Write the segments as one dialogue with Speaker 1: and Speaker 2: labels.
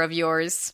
Speaker 1: of yours.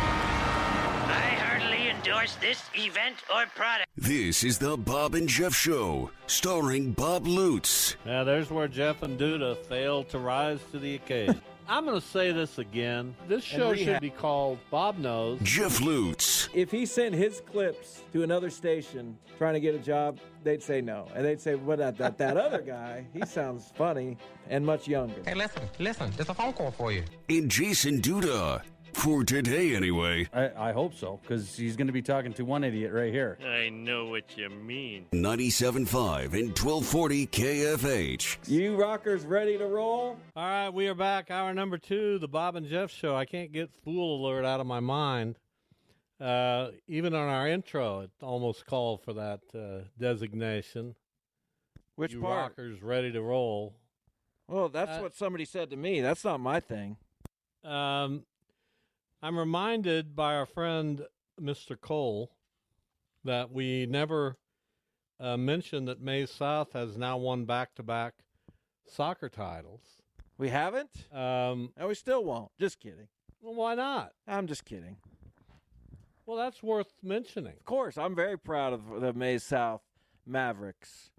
Speaker 2: I heartily endorse this event or product.
Speaker 3: This is the Bob and Jeff Show, starring Bob Lutz.
Speaker 4: Now, there's where Jeff and Duda failed to rise to the occasion. I'm going to say this again. This show should be called Bob Knows.
Speaker 3: Jeff Lutz,
Speaker 5: If he sent his clips to another station trying to get a job, they'd say no. And they'd say, what that, that, that other guy, he sounds funny and much younger.
Speaker 6: listen, listen, there's a phone call for you.
Speaker 3: and Jason Duda. For today, anyway.
Speaker 7: I, I hope so, because he's going to be talking to one idiot right here.
Speaker 4: I know what you mean.
Speaker 3: 97.5 and 1240 KFH.
Speaker 5: You rockers ready to roll?
Speaker 4: All right, we are back. Hour number two, the Bob and Jeff show. I can't get Fool Alert out of my mind. Uh, even on our intro, it almost called for that uh, designation.
Speaker 5: Which
Speaker 4: you
Speaker 5: part?
Speaker 4: rockers ready to roll?
Speaker 5: Well, Oh, that's
Speaker 4: Uh,
Speaker 5: what somebody said to me. That's not my thing.
Speaker 4: Um, I'm reminded by our friend Mr. Cole that we never uh, mentioned that May South has now won back-to-back soccer titles.
Speaker 5: We haven't?
Speaker 4: Um,
Speaker 5: And we still won't. Just kidding.
Speaker 4: well, why not?
Speaker 5: I'm just kidding.
Speaker 4: Well, that's worth mentioning.
Speaker 5: Of course, I'm very proud of the May South Mavericks.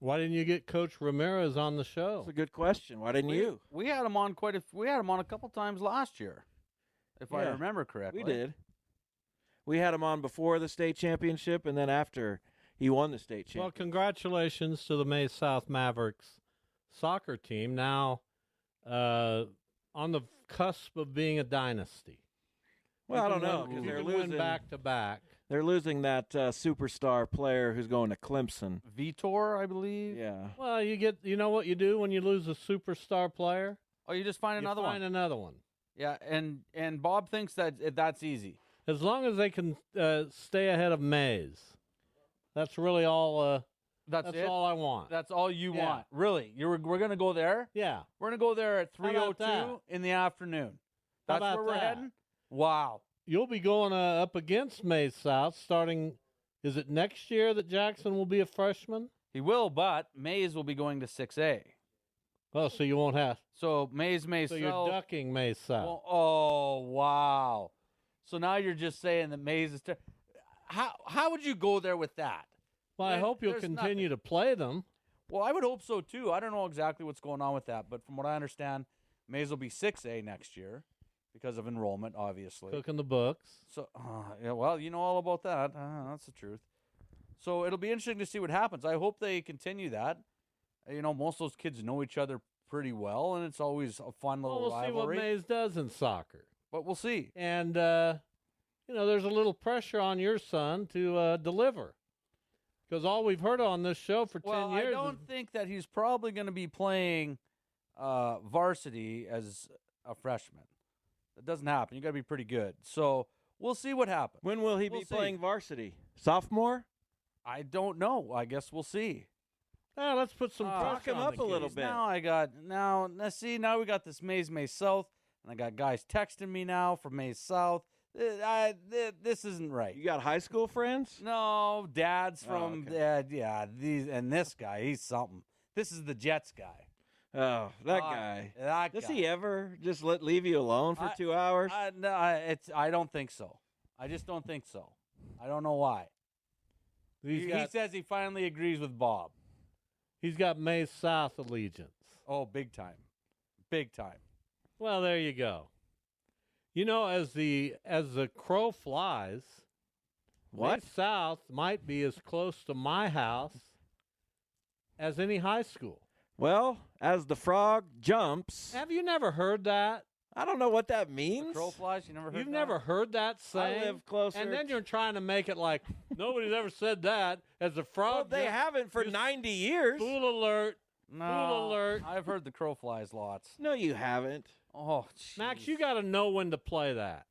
Speaker 4: Why didn't you get Coach Ramirez on the show?
Speaker 5: That's a good question. Why didn't
Speaker 7: We-
Speaker 5: Oh. you?
Speaker 7: We had him on quite a. We had him on a couple times last year, if I
Speaker 5: Yeah,
Speaker 7: remember correctly.
Speaker 5: We did. We had him on before the state championship and then after he won the state
Speaker 4: Well,
Speaker 5: championship.
Speaker 4: congratulations to the May South Mavericks soccer team. Now, uh, on the cusp of being a dynasty.
Speaker 5: Well, I
Speaker 4: You
Speaker 5: don't
Speaker 4: can
Speaker 5: know
Speaker 4: win-
Speaker 5: because
Speaker 4: you
Speaker 5: they're
Speaker 4: can win
Speaker 5: losing.
Speaker 4: back to back.
Speaker 5: They're losing that uh, superstar player who's going to Clemson.
Speaker 7: Vitor, I believe.
Speaker 5: Yeah.
Speaker 4: Well, you get you know what you do when you lose a superstar player.
Speaker 7: Oh, you just find
Speaker 4: You
Speaker 7: another
Speaker 4: find
Speaker 7: one.
Speaker 4: another one.
Speaker 7: yeah, and and Bob thinks that eh, that's easy.
Speaker 4: As long as they can uh, stay ahead of Mays, that's really all. Uh,
Speaker 7: That's, it.
Speaker 4: all I want.
Speaker 7: That's all you
Speaker 4: Yeah.
Speaker 7: want, really. You're we're gonna go there.
Speaker 4: yeah.
Speaker 7: We're gonna go there at
Speaker 4: How
Speaker 7: three
Speaker 4: about
Speaker 7: o
Speaker 4: that?
Speaker 7: two in the afternoon.
Speaker 4: How
Speaker 7: That's where
Speaker 4: about
Speaker 7: we're
Speaker 4: that?
Speaker 7: heading. Wow.
Speaker 4: you'll be going uh, up against May South starting. Is it next year that Jackson will be a freshman?
Speaker 7: He will, but Mays will be going to six A.
Speaker 4: Oh, so you won't have.
Speaker 7: So Mays may
Speaker 4: So
Speaker 7: sell-
Speaker 4: you're ducking May South.
Speaker 7: Well, oh wow! So now you're just saying that Mays is. Ter- how how would you go there with that?
Speaker 4: Well, I
Speaker 7: there-
Speaker 4: hope you'll
Speaker 7: there's
Speaker 4: continue
Speaker 7: nothing.
Speaker 4: to play them.
Speaker 7: Well, I would hope so too. I don't know exactly what's going on with that, but from what I understand, Mays will be six A next year because of enrollment, obviously.
Speaker 4: Cooking the books.
Speaker 7: So uh, yeah, well, you know all about that. Uh, that's the truth. So it'll be interesting to see what happens. I hope they continue that. Uh, You know, most of those kids know each other pretty well, and it's always a fun
Speaker 4: Well,
Speaker 7: little
Speaker 4: we'll see what
Speaker 7: rivalry.
Speaker 4: Mays does in soccer.
Speaker 7: but we'll see.
Speaker 4: And uh, you know, there's a little pressure on your son to uh, deliver, because all we've heard on this show for
Speaker 7: well,
Speaker 4: ten years.
Speaker 7: I
Speaker 4: is-
Speaker 7: don't think that he's probably going to be playing uh, varsity as a freshman. That doesn't happen. You got to be pretty good. So we'll see what happens.
Speaker 5: When will he
Speaker 7: We'll
Speaker 5: be
Speaker 7: see.
Speaker 5: playing varsity? Sophomore?
Speaker 7: I don't know. I guess we'll see.
Speaker 4: Ah, let's put some
Speaker 7: Ah,
Speaker 4: pressure
Speaker 5: Talk him
Speaker 4: on
Speaker 5: up
Speaker 4: the
Speaker 5: a little
Speaker 4: kid.
Speaker 5: bit.
Speaker 7: Now I got now. Now see, now we got this Maze Maze South, and I got guys texting me now from Maze South. Th- I, th- this isn't
Speaker 5: You
Speaker 7: right.
Speaker 5: got high school friends?
Speaker 7: No, dad's
Speaker 5: Oh,
Speaker 7: from
Speaker 5: okay.
Speaker 7: dad. Yeah, these and this guy, he's something. This is the Jets guy.
Speaker 5: Oh, that
Speaker 7: Ah,
Speaker 5: guy.
Speaker 7: That
Speaker 5: Does
Speaker 7: guy.
Speaker 5: he ever just let leave you alone for
Speaker 7: I-
Speaker 5: two hours?
Speaker 7: I, no, I, it's, I don't think so. I just don't think so. I don't know why.
Speaker 4: He's
Speaker 7: he, he
Speaker 4: got,
Speaker 7: says he finally agrees with Bob.
Speaker 4: he's got May South allegiance.
Speaker 7: Oh, big time. Big time.
Speaker 4: Well, there you go. You know, as the as the crow flies,
Speaker 5: What?
Speaker 4: Mays South might be as close to my house as any high school.
Speaker 5: Well, as the frog jumps,
Speaker 4: Have you never heard that?
Speaker 5: I don't know what that
Speaker 7: The
Speaker 5: means.
Speaker 7: crow flies. You never heard.
Speaker 4: You've
Speaker 7: that?
Speaker 4: never heard that saying.
Speaker 5: live closer
Speaker 4: And then
Speaker 5: to-
Speaker 4: you're trying to make it like nobody's ever said that. As the
Speaker 5: Well,
Speaker 4: frog,
Speaker 5: they
Speaker 4: jumps-
Speaker 5: haven't for
Speaker 4: you s-
Speaker 5: 90 years.
Speaker 4: Fool alert!
Speaker 7: No,
Speaker 4: alert.
Speaker 7: I've heard the crow flies lots.
Speaker 5: No, you haven't.
Speaker 7: Oh, jeez.
Speaker 4: Max, you got to know when to play that.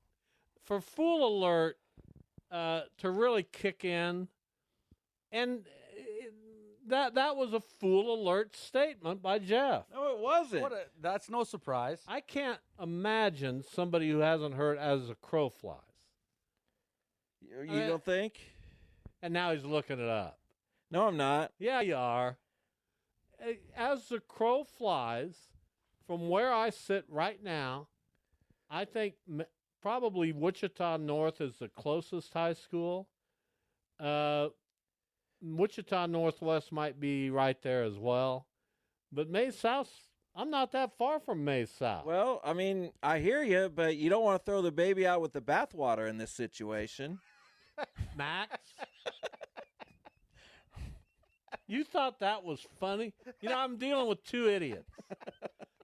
Speaker 4: For Fool Alert uh, to really kick in, and uh, that that was a Fool Alert statement by Jeff.
Speaker 5: No, it wasn't.
Speaker 7: What a, that's no surprise.
Speaker 4: I can't imagine somebody who hasn't heard "As a Crow Flies,"
Speaker 5: You-
Speaker 4: I
Speaker 5: you
Speaker 4: mean-
Speaker 5: don't think?
Speaker 4: and now he's looking it up.
Speaker 5: No, I'm not.
Speaker 4: Yeah, you are. Uh, As the crow flies, from where I sit right now, I think m- probably Wichita North is the closest high school. Uh, Wichita Northwest might be right there as well. But May South, I'm not that far from May South.
Speaker 5: Well, I mean, I hear you, but you don't want to throw the baby out with the bathwater in this situation.
Speaker 4: Max. you thought that was funny? You know, I'm dealing with two idiots.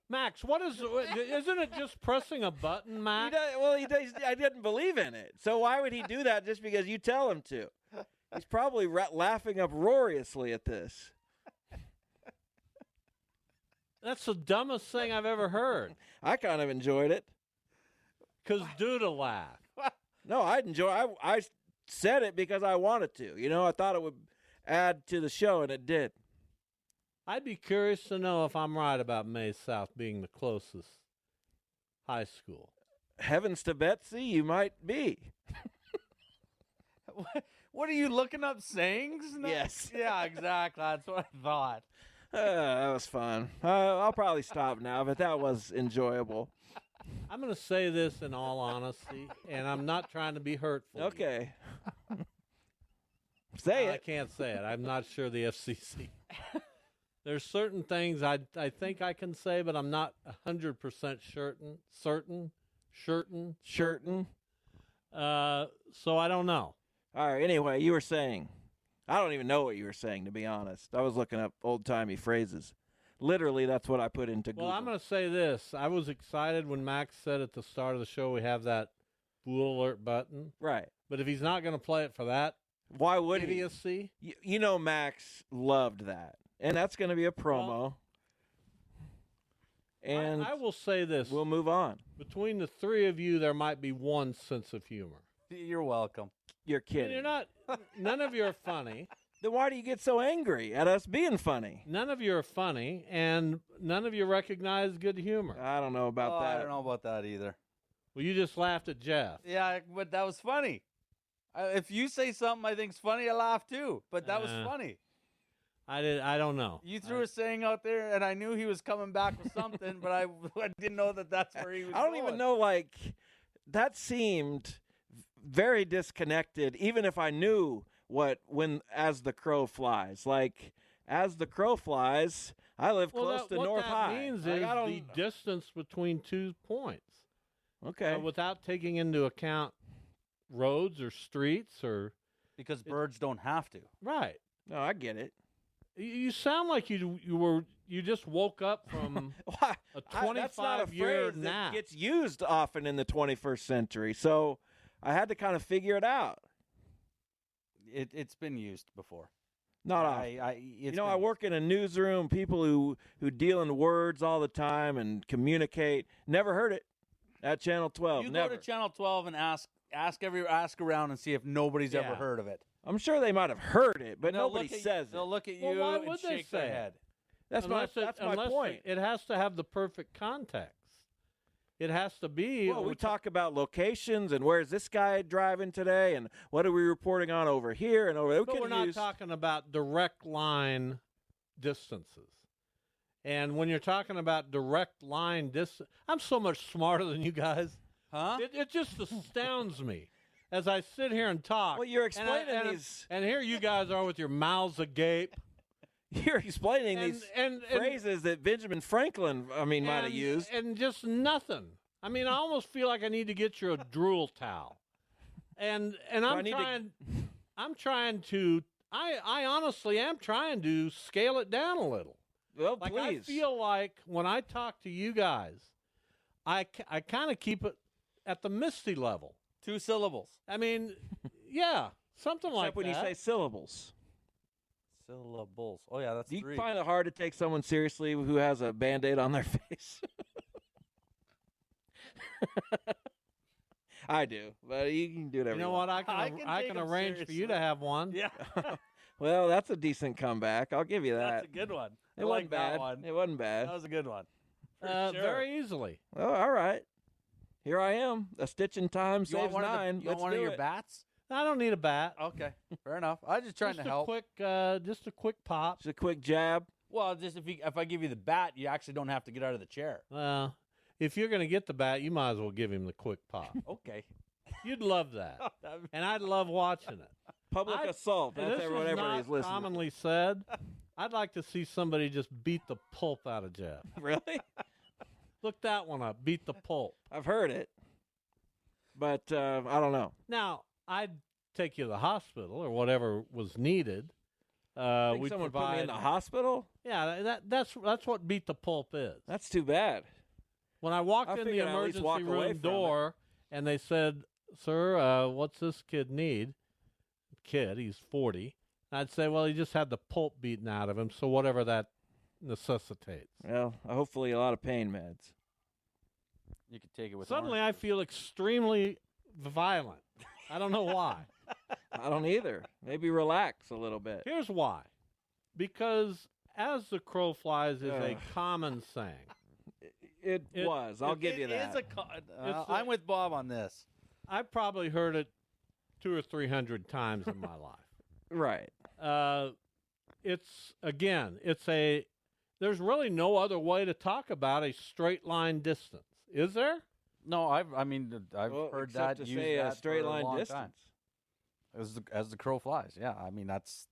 Speaker 4: Max, what is isn't it just pressing a button,
Speaker 5: He
Speaker 4: Max?
Speaker 5: does, well, he does, I didn't believe in it. So why would he do that just because you tell him to? He's probably ra- laughing uproariously at this.
Speaker 4: That's the dumbest thing I've ever heard.
Speaker 5: I kind of enjoyed it.
Speaker 4: Cause dude laugh.
Speaker 5: No, I'd enjoy. I, I s- said it because I wanted to. You know, I thought it would add to the show, and it did.
Speaker 4: I'd be curious to know if I'm right about May South being the closest high school.
Speaker 5: Heavens to Betsy, you might be.
Speaker 7: What are you looking up sayings? now?
Speaker 5: Yes.
Speaker 7: Yeah, exactly. That's what I thought.
Speaker 5: Uh, that was fun. Uh, I'll probably stop now, but that was enjoyable.
Speaker 4: I'm gonna say this in all honesty, and I'm not trying to be hurtful.
Speaker 5: Okay. Say
Speaker 4: I
Speaker 5: it.
Speaker 4: can't say it. I'm not sure the FCC. There's certain things I I think I can say, but I'm not hundred percent certain. Certain, certain.
Speaker 5: Shirton.
Speaker 4: Uh, so I don't know.
Speaker 5: All right. Anyway, you were saying. I don't even know what you were saying, to be honest. I was looking up old timey phrases. Literally, that's what I put into Google.
Speaker 4: Well, I'm going to say this. I was excited when Max said at the start of the show we have that fool alert button.
Speaker 5: Right.
Speaker 4: But if he's not going to play it for that
Speaker 5: Why would he?
Speaker 4: idiocy,
Speaker 5: You, you know, Max loved that, and that's going to be a promo.
Speaker 4: I-
Speaker 5: and
Speaker 4: I, will say this:
Speaker 5: we'll move on.
Speaker 4: between the three of you, there might be one sense of humor.
Speaker 7: You're welcome.
Speaker 5: You're
Speaker 4: And
Speaker 5: kidding.
Speaker 4: You're not. None of you are funny.
Speaker 5: then why do you get so angry at us being funny?
Speaker 4: None of you are funny, and none of you recognize good humor.
Speaker 5: I don't know about
Speaker 7: Oh,
Speaker 4: Uh,
Speaker 5: that.
Speaker 7: I don't know about that either.
Speaker 4: well, you just laughed at Jeff.
Speaker 7: Yeah, but that was funny. I, if you say something I think's funny, I laugh too. But that was
Speaker 4: Uh,
Speaker 7: funny.
Speaker 4: I did. I don't know.
Speaker 7: You threw a saying out there, and I knew he was coming back with something, but I, I didn't know that that's where he was.
Speaker 5: I don't even
Speaker 7: going.
Speaker 5: know. Like that seemed very disconnected. Even if I knew what when as the crow flies, like as the crow flies, I live
Speaker 4: Well,
Speaker 5: close
Speaker 4: that,
Speaker 5: to
Speaker 4: what
Speaker 5: North
Speaker 4: that
Speaker 5: High.
Speaker 4: means
Speaker 5: Like,
Speaker 4: is
Speaker 5: I
Speaker 4: the
Speaker 5: don't-
Speaker 4: distance between two points.
Speaker 5: okay.
Speaker 4: uh, without taking into account roads or streets or
Speaker 7: because birds don't have to.
Speaker 4: right.
Speaker 5: no, I get it.
Speaker 4: You- You sound like you you were you just woke up from
Speaker 5: Why?
Speaker 4: a
Speaker 5: I- that's not a
Speaker 4: 25 year
Speaker 5: phrase that
Speaker 4: nap.
Speaker 5: gets used often in the 21st century. So I had to kind of figure it out.
Speaker 7: It, it's been used before.
Speaker 5: Not often.
Speaker 7: I, I, it's
Speaker 5: you know,
Speaker 7: been
Speaker 5: I work in a newsroom. People who who deal in words all the time and communicate. Never heard it at Channel 12.
Speaker 7: You
Speaker 5: never.
Speaker 7: go to Channel 12 and ask ask every ask around and see if nobody's
Speaker 4: Yeah.
Speaker 7: ever heard of it.
Speaker 5: I'm sure they might have heard it, but
Speaker 7: And they'll
Speaker 5: nobody
Speaker 7: look at you-
Speaker 5: says
Speaker 7: They'll
Speaker 5: it.
Speaker 7: look at you
Speaker 4: Well, why
Speaker 7: and
Speaker 4: would they
Speaker 7: shake their
Speaker 4: say it?
Speaker 7: head.
Speaker 5: That's my
Speaker 4: Unless it-
Speaker 5: that's my
Speaker 4: unless it-
Speaker 5: point.
Speaker 4: It, has to have the perfect context. It has to be.
Speaker 5: well, we
Speaker 4: we're
Speaker 5: talk about locations and where's this guy driving today, and what are we reporting on over here and over there. We
Speaker 4: but
Speaker 5: can
Speaker 4: we're not
Speaker 5: use-
Speaker 4: talking about direct line distances. And when you're talking about direct line distance, I'm so much smarter than you guys.
Speaker 7: Huh?
Speaker 4: It, it just astounds me as I sit here and talk.
Speaker 5: Well, you're
Speaker 4: and I-
Speaker 5: explaining
Speaker 4: and-
Speaker 5: these-
Speaker 4: and here you guys are with your mouths agape.
Speaker 5: You're explaining
Speaker 4: And-
Speaker 5: these
Speaker 4: and- and-
Speaker 5: phrases that Benjamin Franklin, I mean, might have
Speaker 4: and-
Speaker 5: used.
Speaker 4: And just nothing. I mean, I almost feel like I need to get you a drool towel. And and
Speaker 5: I
Speaker 4: I'm
Speaker 5: need to-
Speaker 4: trying I'm trying to I I honestly am trying to scale it down a little.
Speaker 5: Well,
Speaker 4: Like
Speaker 5: please.
Speaker 4: I feel like when I talk to you guys, I k- I kind of keep it at the misty level.
Speaker 7: Two syllables.
Speaker 4: I mean, yeah, something
Speaker 5: Except
Speaker 4: like
Speaker 5: when
Speaker 4: that.
Speaker 5: you say syllables.
Speaker 7: Syllables. Oh yeah, that's
Speaker 5: Do you
Speaker 7: three.
Speaker 5: find it hard to take someone seriously who has a band aid on their face? I do, but you can do whatever
Speaker 4: you know
Speaker 5: want.
Speaker 4: what? I can
Speaker 7: I
Speaker 4: ar-
Speaker 7: can
Speaker 4: I
Speaker 7: take
Speaker 4: can
Speaker 7: 'em
Speaker 4: arrange for you to
Speaker 7: seriously.
Speaker 4: have one.
Speaker 7: yeah,
Speaker 5: Well, that's a decent comeback. I'll give you that.
Speaker 7: that's a good one.
Speaker 5: it
Speaker 7: I
Speaker 5: wasn't
Speaker 7: like
Speaker 5: bad.
Speaker 7: that one.
Speaker 5: It wasn't bad.
Speaker 7: That was a good one. For
Speaker 4: Uh,
Speaker 7: sure.
Speaker 4: Very easily.
Speaker 5: Oh, all right. Here I am. A stitch in time
Speaker 7: You want
Speaker 5: saves
Speaker 7: one
Speaker 5: nine.
Speaker 7: of, the, you want
Speaker 5: Let's
Speaker 7: one of
Speaker 5: do
Speaker 7: your
Speaker 5: it.
Speaker 7: bats?
Speaker 4: I don't need a bat.
Speaker 7: Okay, fair enough. I was just Oh, trying
Speaker 4: just
Speaker 7: to
Speaker 4: a
Speaker 7: help.
Speaker 4: quick, uh, just a quick pop.
Speaker 5: Just a quick jab.
Speaker 7: well, just if you, if I give you the bat, you actually don't have to get out of the chair.
Speaker 4: Uh, if you're going to get the bat, you might as well give him the quick pop.
Speaker 7: Okay.
Speaker 4: You'd love that,
Speaker 7: Oh, That'd be-
Speaker 4: and I'd love watching it.
Speaker 5: Public
Speaker 4: I-
Speaker 5: assault.
Speaker 4: And
Speaker 5: That's
Speaker 4: this is
Speaker 5: whatever
Speaker 4: not
Speaker 5: he's listening.
Speaker 4: commonly said. I'd like to see somebody just beat the pulp out of Jeff.
Speaker 5: Really?
Speaker 4: Look that one up. Beat the pulp.
Speaker 5: I've heard it, but uh, I don't know.
Speaker 4: Now I'd take you to the hospital or whatever was needed. Uh,
Speaker 5: Think
Speaker 4: we
Speaker 5: someone
Speaker 4: provide.
Speaker 5: put me in the hospital.
Speaker 4: yeah, that, that's that's what beat the pulp is.
Speaker 5: That's too bad.
Speaker 4: When I walked
Speaker 5: I
Speaker 4: in the
Speaker 5: figured I'd at least
Speaker 4: emergency
Speaker 5: walk away
Speaker 4: room
Speaker 5: from it.
Speaker 4: door and they said, Sir, uh, what's this kid need? Kid, he's 40. I'd say, Well, he just had the pulp beaten out of him, so whatever that necessitates.
Speaker 5: Well, hopefully a lot of pain meds.
Speaker 7: You could take it with.
Speaker 4: Suddenly I
Speaker 7: orange juice.
Speaker 4: feel extremely violent. I don't know why.
Speaker 5: I don't either. Maybe relax a little bit.
Speaker 4: Here's why because as the crow flies is a
Speaker 5: Ugh.
Speaker 4: common saying.
Speaker 5: It,
Speaker 4: It-
Speaker 5: was. I'll
Speaker 4: it-
Speaker 5: give you
Speaker 7: It
Speaker 5: that.
Speaker 7: is a co- uh,
Speaker 4: It's a-
Speaker 7: I'm with Bob on this.
Speaker 4: I probably heard it two or three hundred times in my life.
Speaker 5: right.
Speaker 4: uh, it's again, it's a there's really no other way to talk about a straight line distance, is there?
Speaker 7: No, I've. I mean, I've
Speaker 5: Well,
Speaker 7: heard
Speaker 5: except
Speaker 7: that
Speaker 5: to
Speaker 7: used
Speaker 5: say
Speaker 7: that
Speaker 5: a straight
Speaker 7: for
Speaker 5: line
Speaker 7: a long
Speaker 5: distance.
Speaker 7: time. as the as the crow flies. Yeah, I mean that's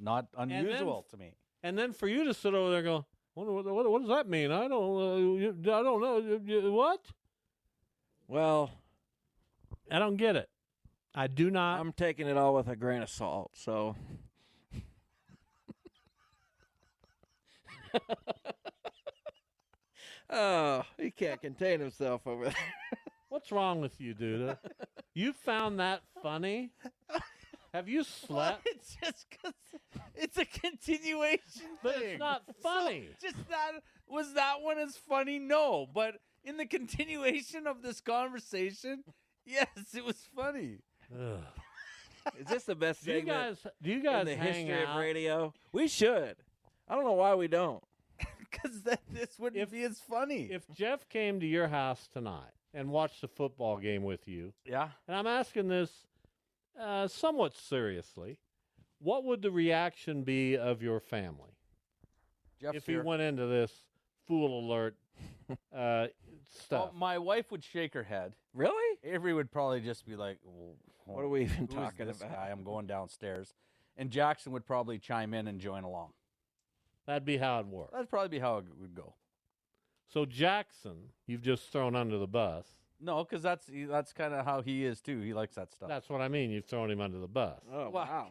Speaker 7: not
Speaker 4: then-
Speaker 7: unusual to me.
Speaker 4: And then for you to sit over there and go, what, what, what, what does that mean? I don't, uh, I don't know. You- you- What?
Speaker 5: Well,
Speaker 4: I don't get it. I do not.
Speaker 5: I'm taking it all with a grain of salt. So Oh, he can't contain himself over there.
Speaker 4: what's wrong with you, dude? Uh, you found that funny? Have you slept?
Speaker 7: It's just cause it's a continuation
Speaker 4: But it's not funny.
Speaker 7: Just that was that one as funny? No, but in the continuation of this conversation, yes, it was funny.
Speaker 4: Ugh.
Speaker 5: Is this the best
Speaker 4: Do you
Speaker 5: segment
Speaker 4: guys? Do you
Speaker 5: in
Speaker 4: guys
Speaker 5: the
Speaker 4: hang
Speaker 5: history
Speaker 4: out?
Speaker 5: of radio? We should. I don't know why we don't.
Speaker 7: Because that this wouldn't
Speaker 4: If-
Speaker 7: be as funny.
Speaker 4: if Jeff came to your house tonight and watched the football game with you,
Speaker 7: yeah,
Speaker 4: and I'm asking this uh, somewhat seriously, what would the reaction be of your family
Speaker 7: Jeff's
Speaker 4: if he went into this fool alert uh, stuff?
Speaker 7: Oh, my wife would shake her head.
Speaker 5: Really?
Speaker 7: Avery would probably just be like, well,
Speaker 5: What are we even
Speaker 7: who is
Speaker 5: talking
Speaker 7: this
Speaker 5: about?
Speaker 7: guy? I'm going downstairs. And Jackson would probably chime in and join along.
Speaker 4: That'd be how it worked.
Speaker 7: That'd probably be how it would go.
Speaker 4: So Jackson, you've just thrown under the bus.
Speaker 7: No, because that's that's kind of how he is too. He likes that stuff.
Speaker 4: That's what I mean. You've thrown him under the bus.
Speaker 5: Oh
Speaker 7: Why-
Speaker 5: wow.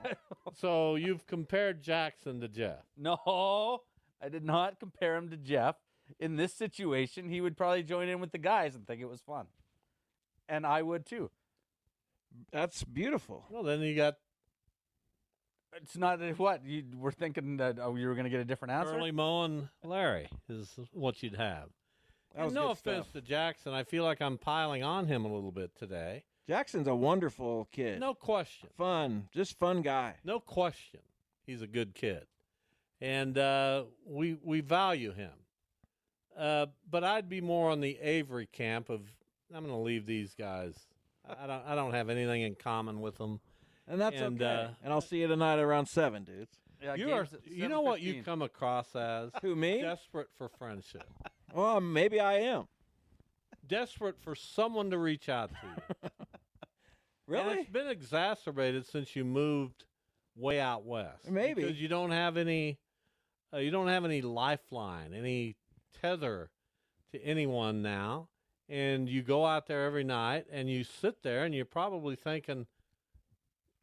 Speaker 4: So you've compared Jackson to Jeff.
Speaker 7: no, I did not compare him to Jeff. In this situation, he would probably join in with the guys and think it was fun, and I would too.
Speaker 5: That's beautiful.
Speaker 4: Well, then you got
Speaker 7: It's not that- what you were thinking that oh you were going to get a different answer.
Speaker 4: Early Mo and Larry is what you'd have.
Speaker 5: That was
Speaker 4: And no
Speaker 5: good
Speaker 4: offense
Speaker 5: stuff.
Speaker 4: to Jackson, I feel like I'm piling on him a little bit today.
Speaker 5: Jackson's a wonderful kid.
Speaker 4: No question.
Speaker 5: Fun. Just fun guy.
Speaker 4: No question. He's a good kid. And uh, we we value him. Uh, but I'd be more on the Avery camp of I'm going to leave these guys. I I don't I don't have anything in common with them.
Speaker 5: And that's
Speaker 4: And,
Speaker 5: okay.
Speaker 4: uh,
Speaker 5: and I'll see you tonight around seven, dudes.
Speaker 7: Yeah,
Speaker 4: you are
Speaker 7: games at
Speaker 4: you know what you
Speaker 7: 7:15.
Speaker 4: come across as
Speaker 5: Who me?
Speaker 4: desperate for friendship.
Speaker 5: Well, maybe I am.
Speaker 4: Desperate for someone to reach out to you. And
Speaker 5: Really?
Speaker 4: it's been exacerbated since you moved way out west.
Speaker 5: Maybe.
Speaker 4: because you don't have any, uh, you don't have any lifeline, any tether to anyone now, and you go out there every night and you sit there and you're probably thinking,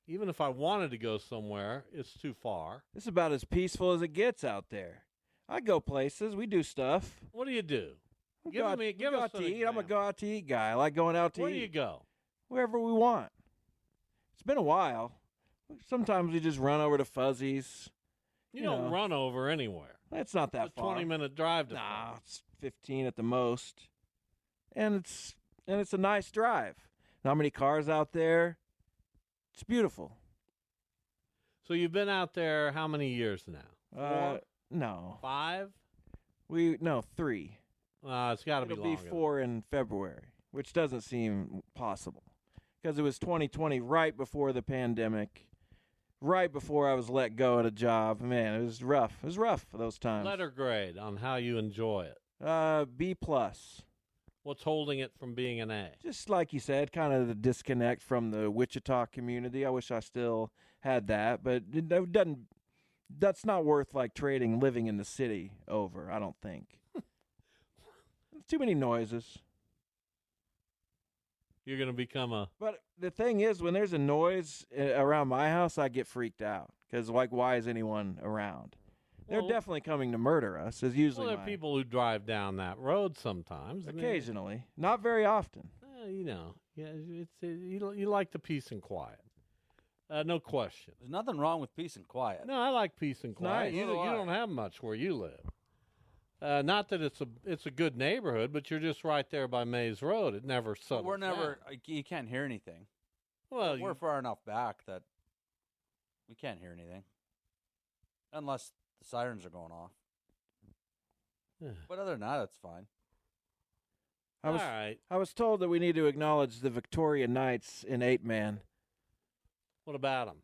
Speaker 4: even if I wanted to go somewhere, it's too far.
Speaker 5: This is about as peaceful as it gets out there. I go places. We do stuff.
Speaker 4: What do you do?
Speaker 5: We
Speaker 4: Give
Speaker 5: go out,
Speaker 4: me-
Speaker 5: we
Speaker 4: give
Speaker 5: go
Speaker 4: us
Speaker 5: out to
Speaker 4: an
Speaker 5: eat. I'm a
Speaker 4: example.
Speaker 5: go out to eat guy. I like going out to
Speaker 4: Where
Speaker 5: eat
Speaker 4: do you go?
Speaker 5: wherever we want. It's been a while. Sometimes we just run over to Fuzzies.
Speaker 4: You,
Speaker 5: You
Speaker 4: don't
Speaker 5: know.
Speaker 4: run over anywhere.
Speaker 5: It's not that
Speaker 4: it's a
Speaker 5: far.
Speaker 4: twenty minute drive to
Speaker 5: Nah,
Speaker 4: Florida.
Speaker 5: it's 15 at the most. And it's and it's a nice drive. Not many cars out there. It's beautiful.
Speaker 4: So you've been out there how many years now?
Speaker 5: Uh, no.
Speaker 4: Five?
Speaker 5: We no, 3.
Speaker 4: Uh, it's got to be
Speaker 5: It'll be
Speaker 4: longer. than-
Speaker 5: 4 in February, which doesn't seem possible. Cuz it was 2020 right before the pandemic. Right before I was let go at a job. Man, it was rough. It was rough for those times.
Speaker 4: Letter grade on how you enjoy it.
Speaker 5: Uh B plus.
Speaker 4: What's holding it from being an A?
Speaker 5: just like you said, kind of the disconnect from the Wichita community. I wish I still had that, but it do- doesn't. That's not worth like trading living in the city over. I don't think. Too many noises.
Speaker 4: You're going to become a.
Speaker 5: But the thing is, when there's a noise uh, around my house, I get freaked out because like, why is anyone around? They're
Speaker 4: Well-
Speaker 5: definitely coming to murder us. Is usually
Speaker 4: Well, there are
Speaker 5: my-
Speaker 4: people who drive down that road sometimes. and they-
Speaker 5: occasionally, not very often.
Speaker 4: uh, you know, yeah, it's it, you, you like the peace and quiet. Uh, no question.
Speaker 7: There's nothing wrong with peace and quiet.
Speaker 4: No, I like peace and quiet.
Speaker 5: nice.
Speaker 4: You,
Speaker 7: So do
Speaker 4: you
Speaker 7: I.
Speaker 4: don't have much where you live. Uh, not that it's a it's a good neighborhood, but you're just right there by Mays Road. It never
Speaker 7: But
Speaker 4: settles.
Speaker 7: we're never.
Speaker 4: down.
Speaker 7: like, You can't hear anything.
Speaker 4: Well,
Speaker 7: We're
Speaker 4: you-
Speaker 7: far enough back that we can't hear anything, unless the sirens are going off.
Speaker 4: Yeah.
Speaker 7: But other than that, it's fine.
Speaker 5: I was
Speaker 4: all right.
Speaker 5: I was told that we need to acknowledge the Victoria Knights in Eight Man.
Speaker 4: What about them?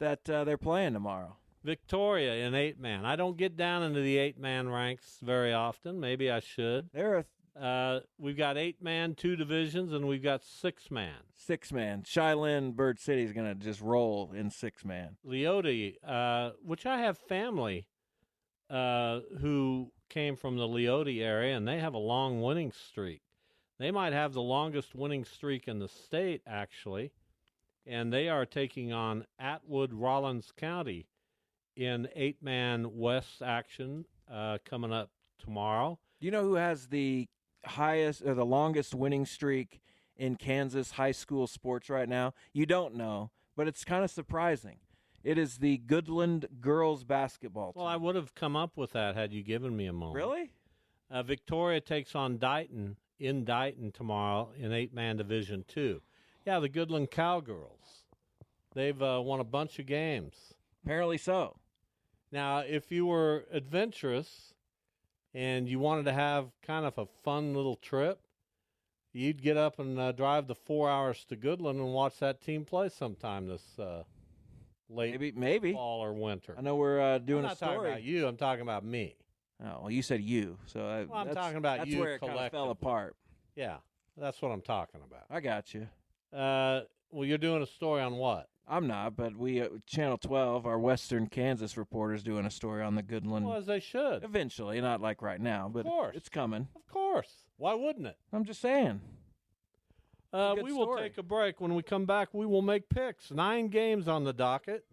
Speaker 5: that uh, they're playing tomorrow.
Speaker 4: Victoria in eight man. I don't get down into the eight man ranks very often. Maybe I should.
Speaker 5: They're a
Speaker 4: Uh, we've got eight man, two divisions, and we've got six man.
Speaker 5: six man. Shylin Bird City is going to just roll in six man.
Speaker 4: Leote, uh, which I have family uh, who came from the Leote area, and they have a long winning streak. They might have the longest winning streak in the state, actually, and they are taking on Atwood Rollins County in eight man West action uh, coming up tomorrow.
Speaker 5: You know who has the highest or the longest winning streak in Kansas high school sports right now? You don't know, but it's kind of surprising. It is the Goodland girls basketball team.
Speaker 4: Well, I would have come up with that had you given me a moment.
Speaker 5: really?
Speaker 4: Uh, Victoria takes on Dighton in Dighton tomorrow in eight man division two. Yeah, the Goodland Cowgirls. They've uh, won a bunch of games.
Speaker 5: Apparently so.
Speaker 4: Now, if you were adventurous and you wanted to have kind of a fun little trip, you'd get up and uh, drive the four hours to Goodland and watch that team play sometime this uh, late
Speaker 5: Maybe, maybe.
Speaker 4: fall or winter.
Speaker 5: I know we're uh, doing
Speaker 4: I'm
Speaker 5: a
Speaker 4: not talking
Speaker 5: story.
Speaker 4: about you. I'm talking about me.
Speaker 5: Oh, well, you said you, so I,
Speaker 4: Well, I'm
Speaker 5: that's-
Speaker 4: talking about
Speaker 5: that's
Speaker 4: you
Speaker 5: where it kind of fell
Speaker 4: collectively.
Speaker 5: apart.
Speaker 4: Yeah, that's what I'm talking about.
Speaker 5: I got you.
Speaker 4: Uh, well, you're doing a story on what?
Speaker 5: I'm not, but we uh, Channel 12, our Western Kansas reporters doing a story on the Goodland.
Speaker 4: Well, as they should. Of
Speaker 5: Eventually, not like right now, but
Speaker 4: course.
Speaker 5: it's coming.
Speaker 4: course. Why wouldn't it?
Speaker 5: I'm just saying.
Speaker 4: Uh,
Speaker 5: good
Speaker 4: we will
Speaker 5: story.
Speaker 4: take a break. When we come back, we will make picks. Nine games on the docket.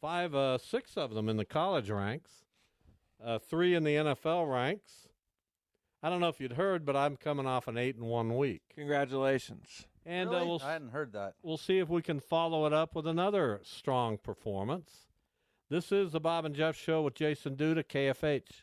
Speaker 4: Five, uh, six of them in the college ranks. Uh, three in the NFL ranks. I don't know if you'd heard, but I'm coming off an eight and one week,
Speaker 5: Congratulations.
Speaker 4: and
Speaker 7: Really?
Speaker 4: uh, we'll
Speaker 7: I hadn't heard that.
Speaker 4: we'll see if we can follow it up with another strong performance. This is the Bob and Jeff Show with Jason Duda, KFH.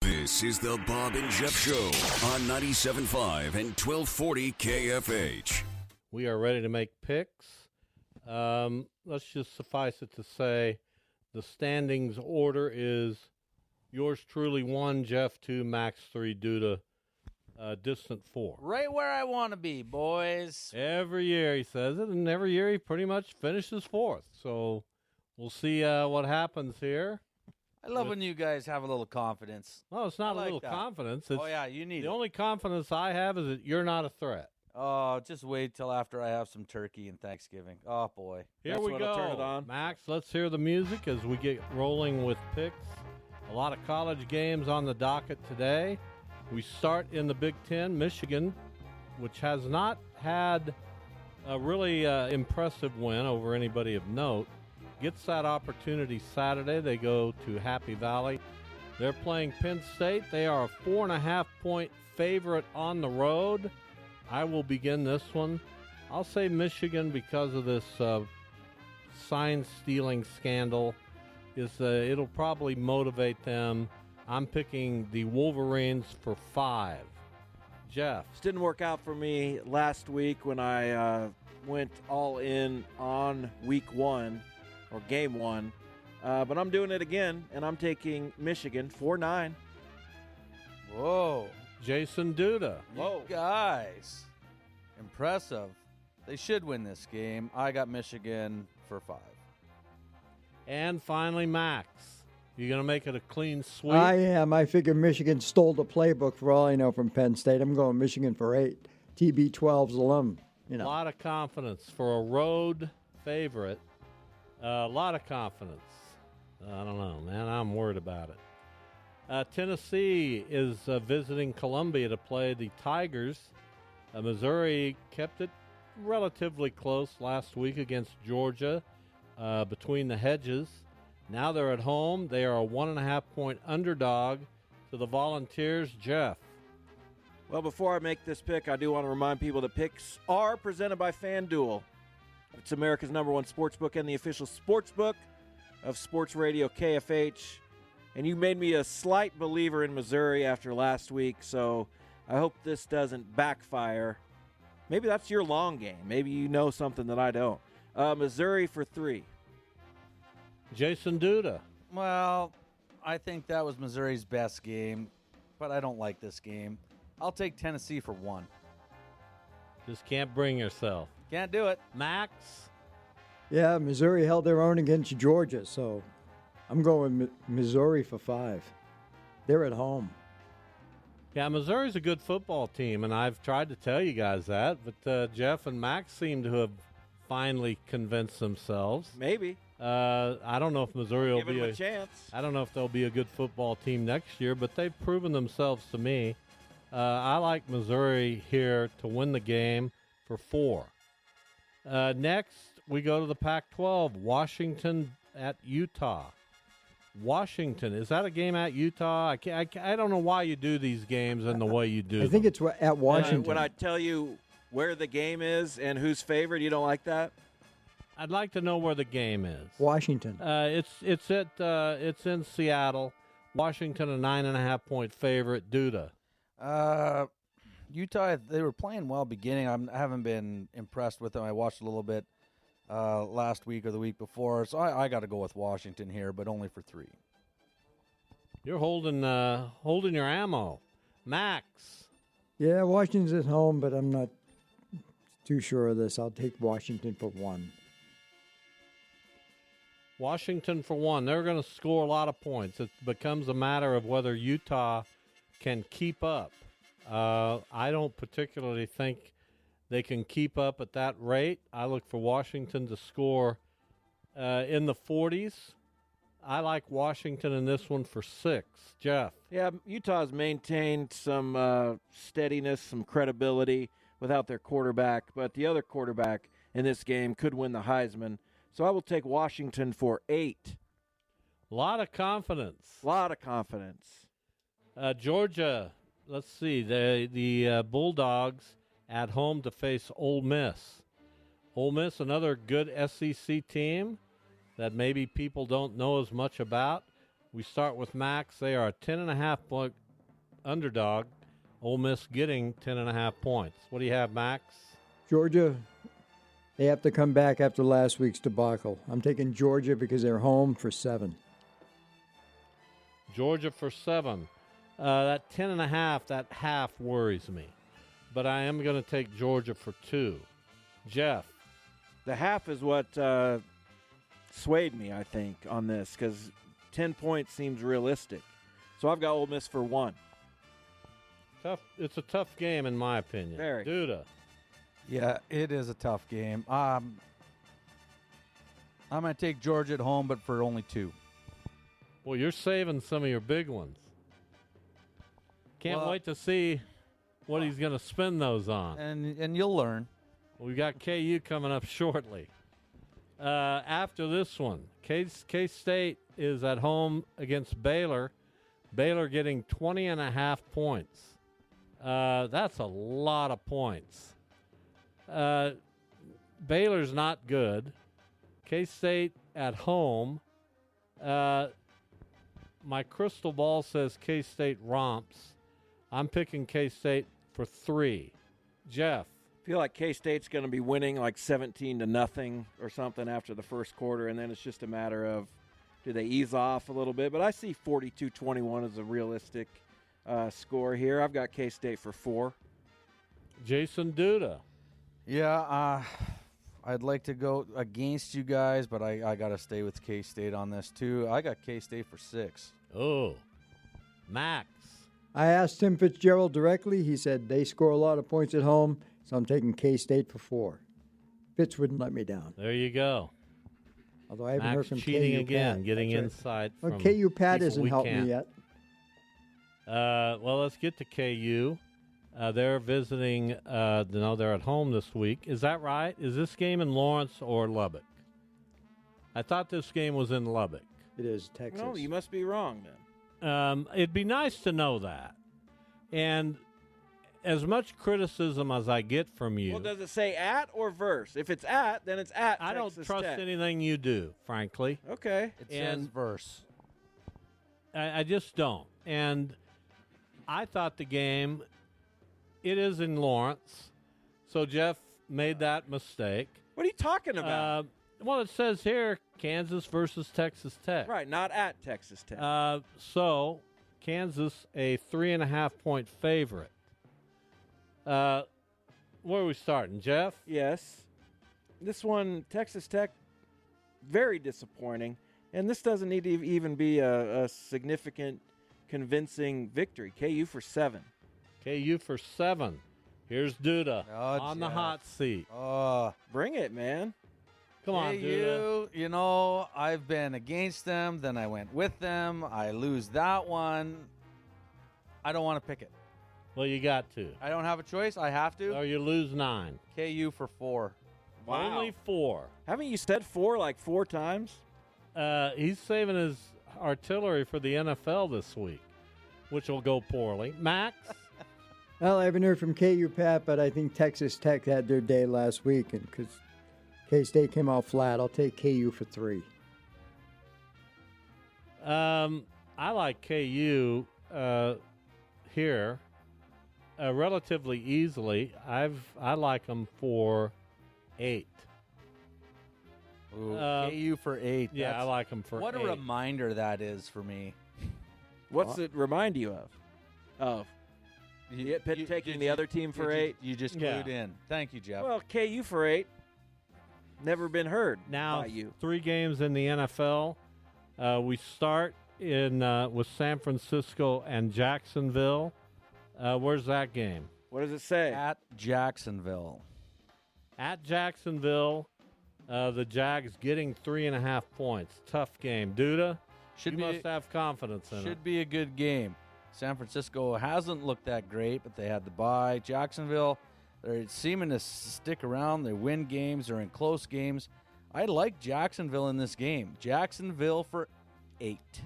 Speaker 3: This is the Bob and Jeff Show on 97.5 and 1240 KFH.
Speaker 4: We are ready to make picks. Um, let's just suffice it to say the standings order is yours truly one, Jeff two, Max three, Duda uh, distant four.
Speaker 8: Right where I want to be, boys.
Speaker 4: Every year he says it, and every year he pretty much finishes fourth. So we'll see uh, what happens here.
Speaker 8: I love
Speaker 4: With-
Speaker 8: when you guys have a little confidence.
Speaker 4: No, it's
Speaker 8: I
Speaker 4: not a
Speaker 8: like
Speaker 4: little
Speaker 8: that.
Speaker 4: confidence.
Speaker 8: oh
Speaker 4: It's-
Speaker 8: yeah, you need
Speaker 4: The
Speaker 8: it.
Speaker 4: only confidence I have is that you're not a threat.
Speaker 8: Oh, just wait till after I have some turkey and Thanksgiving. Oh boy,
Speaker 4: Here
Speaker 8: That's
Speaker 4: we go.
Speaker 8: what'll turn it on.
Speaker 4: Max, let's hear the music as we get rolling with picks. A lot of college games on the docket today. We start in the Big Ten, Michigan, which has not had a really uh, impressive win over anybody of note, gets that opportunity Saturday. They go to Happy Valley. They're playing Penn State. They are a four and a half point favorite on the road. I will begin this one. I'll say Michigan because of this uh, sign stealing scandal. Is uh, it'll probably motivate them. I'm picking the Wolverines for five. Jeff,
Speaker 5: This didn't work out for me last week when I uh, went all in on week one or game one, uh, but I'm doing it again, and I'm taking Michigan four nine.
Speaker 8: Whoa,
Speaker 4: Jason Duda.
Speaker 8: Whoa. guys, impressive. They should win this game. I got Michigan for five.
Speaker 4: And finally, Max. You gonna make it a clean sweep?
Speaker 9: I am. I figure Michigan stole the playbook for all I know from Penn State. I'm going Michigan for eight. TB12's alum. You
Speaker 4: A
Speaker 9: know,
Speaker 4: lot of confidence for a road favorite. A lot of confidence. I don't know, man. I'm worried about it. Uh, Tennessee is uh, visiting Columbia to play the Tigers. Uh, Missouri kept it relatively close last week against Georgia uh, between the hedges. Now they're at home. They are a one and a half point underdog to the Volunteers. Jeff.
Speaker 5: Well, before I make this pick, I do want to remind people that picks are presented by FanDuel. It's America's number one sports book and the official sports book of Sports Radio KFH. And you made me a slight believer in Missouri after last week, so I hope this doesn't backfire. Maybe that's your long game. Maybe you know something that I don't. Uh, Missouri for three.
Speaker 4: Jason Duda.
Speaker 8: Well, I think that was Missouri's best game, but I don't like this game. I'll take Tennessee for one.
Speaker 4: Just can't bring yourself.
Speaker 8: Can't do it.
Speaker 4: Max.
Speaker 9: yeah, Missouri held their own against Georgia, so I'm going Mi- Missouri for five. They're at home.
Speaker 4: Yeah, Missouri's a good football team, and I've tried to tell you guys that, but uh, Jeff and Max seem to have finally convinced themselves.
Speaker 5: Maybe.
Speaker 4: Uh, I don't know if Missouri will
Speaker 5: Give 'em
Speaker 4: be
Speaker 5: a chance.
Speaker 4: I don't know if they'll be a good football team next year, but they've proven themselves to me. Uh, I like Missouri here to win the game for four. Uh, next, we go to the Pac-12. Washington at Utah. Washington is that a game at Utah? I can I, ca- I don't know why you do these games in the way you do.
Speaker 9: I think it's wa- at Washington.
Speaker 5: When I tell you where the game is and who's favored, you don't like that?
Speaker 4: I'd like to know where the game is.
Speaker 9: Washington.
Speaker 4: Uh, it's it's at uh, it's in Seattle. Washington a nine and a half point favorite. Duda.
Speaker 8: Uh,
Speaker 7: Utah, they were playing well beginning. I'm, I haven't been impressed with them. I watched a little bit uh, last week or the week before, so I, I got to go with Washington here, but only for three.
Speaker 4: You're holding uh, holding your ammo, Max.
Speaker 9: Yeah, Washington's at home, but I'm not too sure of this. I'll take Washington for one.
Speaker 4: Washington for one. They're going to score a lot of points. It becomes a matter of whether Utah can keep up. Uh, I don't particularly think they can keep up at that rate. I look for Washington to score uh, in the 40s. I like Washington in this one for six. Jeff.
Speaker 5: Yeah, Utah's maintained some uh, steadiness, some credibility without their quarterback, but the other quarterback in this game could win the Heisman. So I will take Washington for eight.
Speaker 4: A lot of confidence.
Speaker 5: A lot of confidence.
Speaker 4: Uh, Georgia, let's see. The, the uh, Bulldogs at home to face Ole Miss. Ole Miss, another good SEC team that maybe people don't know as much about. We start with Max. They are a 10.5 point underdog. Ole Miss getting 10.5 points. What do you have, Max?
Speaker 9: Georgia, they have to come back after last week's debacle. I'm taking Georgia because they're home for seven.
Speaker 4: Georgia for seven. Uh, that 10.5, that half worries me. But I am going to take Georgia for two. Jeff.
Speaker 5: The half is what. Uh swayed me, I think, on this because 10 points seems realistic. So I've got Ole Miss for one.
Speaker 4: Tough. It's a tough game, in my opinion.
Speaker 5: Very.
Speaker 4: Duda.
Speaker 7: Yeah, it is a tough game. Um, I'm going to take Georgia at home, but for only two.
Speaker 4: Well, you're saving some of your big ones. Can't well, wait to see what well, he's going to spend those on.
Speaker 7: And, and you'll learn.
Speaker 4: We've got KU coming up shortly. Uh, after this one, K State is at home against Baylor. Baylor getting 20 and a half points. Uh, that's a lot of points. Uh, Baylor's not good. K State at home. Uh, my crystal ball says K State romps. I'm picking K State for three. Jeff
Speaker 5: feel like K State's going to be winning like 17 to nothing or something after the first quarter, and then it's just a matter of do they ease off a little bit. But I see 42 21 as a realistic uh, score here. I've got K State for four.
Speaker 4: Jason Duda.
Speaker 7: Yeah, uh, I'd like to go against you guys, but I, I got to stay with K State on this too. I got K State for six.
Speaker 4: Oh, Max.
Speaker 9: I asked Tim Fitzgerald directly. He said they score a lot of points at home. So I'm taking K State for four. Fitz wouldn't let me down.
Speaker 4: There you go.
Speaker 9: Although I haven't
Speaker 4: Max
Speaker 9: heard from
Speaker 4: cheating
Speaker 9: KU
Speaker 4: again,
Speaker 9: Pat.
Speaker 4: getting
Speaker 9: That's
Speaker 4: insight.
Speaker 9: Right.
Speaker 4: From
Speaker 9: Well, KU Pat
Speaker 4: people
Speaker 9: hasn't
Speaker 4: we
Speaker 9: helped
Speaker 4: can't.
Speaker 9: me yet.
Speaker 4: Uh, well, let's get to KU. Uh, they're visiting. Uh, no, they're at home this week. Is that right? Is this game in Lawrence or Lubbock? I thought this game was in Lubbock.
Speaker 9: It is Texas.
Speaker 5: No, you must be wrong then.
Speaker 4: Um, it'd be nice to know that. And as much criticism as I get from you,
Speaker 5: Well, does it say at or verse? If it's at, then it's at.
Speaker 4: I don't
Speaker 5: Texas
Speaker 4: trust
Speaker 5: Tech.
Speaker 4: anything you do, frankly.
Speaker 5: Okay.
Speaker 7: It says
Speaker 4: And-
Speaker 7: verse.
Speaker 4: I, I just don't. And I thought the game, it is in Lawrence. So Jeff made that mistake.
Speaker 5: What are you talking about?
Speaker 4: Uh, well, it says here Kansas versus Texas Tech.
Speaker 5: right, not at Texas Tech.
Speaker 4: Uh, so Kansas, a three and a half point favorite. Uh, where are we starting, Jeff?
Speaker 5: Yes. This one, Texas Tech, very disappointing. And this doesn't need to ev- even be a, a significant, convincing victory. KU for seven.
Speaker 4: KU for seven. Here's Duda
Speaker 7: Oh,
Speaker 4: on the
Speaker 7: Jeff.
Speaker 4: hot seat.
Speaker 7: Uh,
Speaker 5: Bring it, man.
Speaker 4: Come on, Duda.
Speaker 7: KU, you know, I've been against them, then I went with them. I lose that one. I don't want to pick it.
Speaker 4: Well, you got to.
Speaker 7: I don't have a choice. I have to.
Speaker 4: Or you lose nine.
Speaker 7: KU for four.
Speaker 5: Wow.
Speaker 4: Only four.
Speaker 5: Haven't you said four like four times?
Speaker 4: Uh, he's saving his artillery for the NFL this week, which will go poorly. Max,
Speaker 9: Well, I haven't heard from KU Pat, but I think Texas Tech had their day last week, and because K State came out flat, I'll take KU for three.
Speaker 4: um, I like KU uh, here. uh, relatively easily. I've I like them for eight.
Speaker 7: Ooh,
Speaker 4: Uh,
Speaker 7: KU for eight.
Speaker 4: yeah, I
Speaker 7: That's-
Speaker 4: like 'em for
Speaker 7: What
Speaker 4: eight.
Speaker 7: a reminder that is for me.
Speaker 5: What's
Speaker 7: Well-
Speaker 5: it remind you of? Of
Speaker 7: You,
Speaker 5: Yeah, Pitt taking the other team for
Speaker 7: you,
Speaker 5: eight.
Speaker 7: You just
Speaker 5: Yeah.
Speaker 7: glued in. Thank you, Jeff.
Speaker 5: well, KU for eight. Never been heard
Speaker 4: Now
Speaker 5: by you.
Speaker 4: three games in the NFL. Uh, we start in uh, with San Francisco and Jacksonville. Uh, where's that game?
Speaker 5: What does it say?
Speaker 7: At Jacksonville.
Speaker 4: At Jacksonville, uh, the Jags getting three and a half points. Tough game, Duda.
Speaker 7: Should
Speaker 4: you
Speaker 7: be-
Speaker 4: must have confidence in it.
Speaker 7: Should be a good game. San Francisco hasn't looked that great, but they had the bye. Jacksonville, they're seeming to s- stick around. They win games. They're in close games. I like Jacksonville in this game. Jacksonville for eight.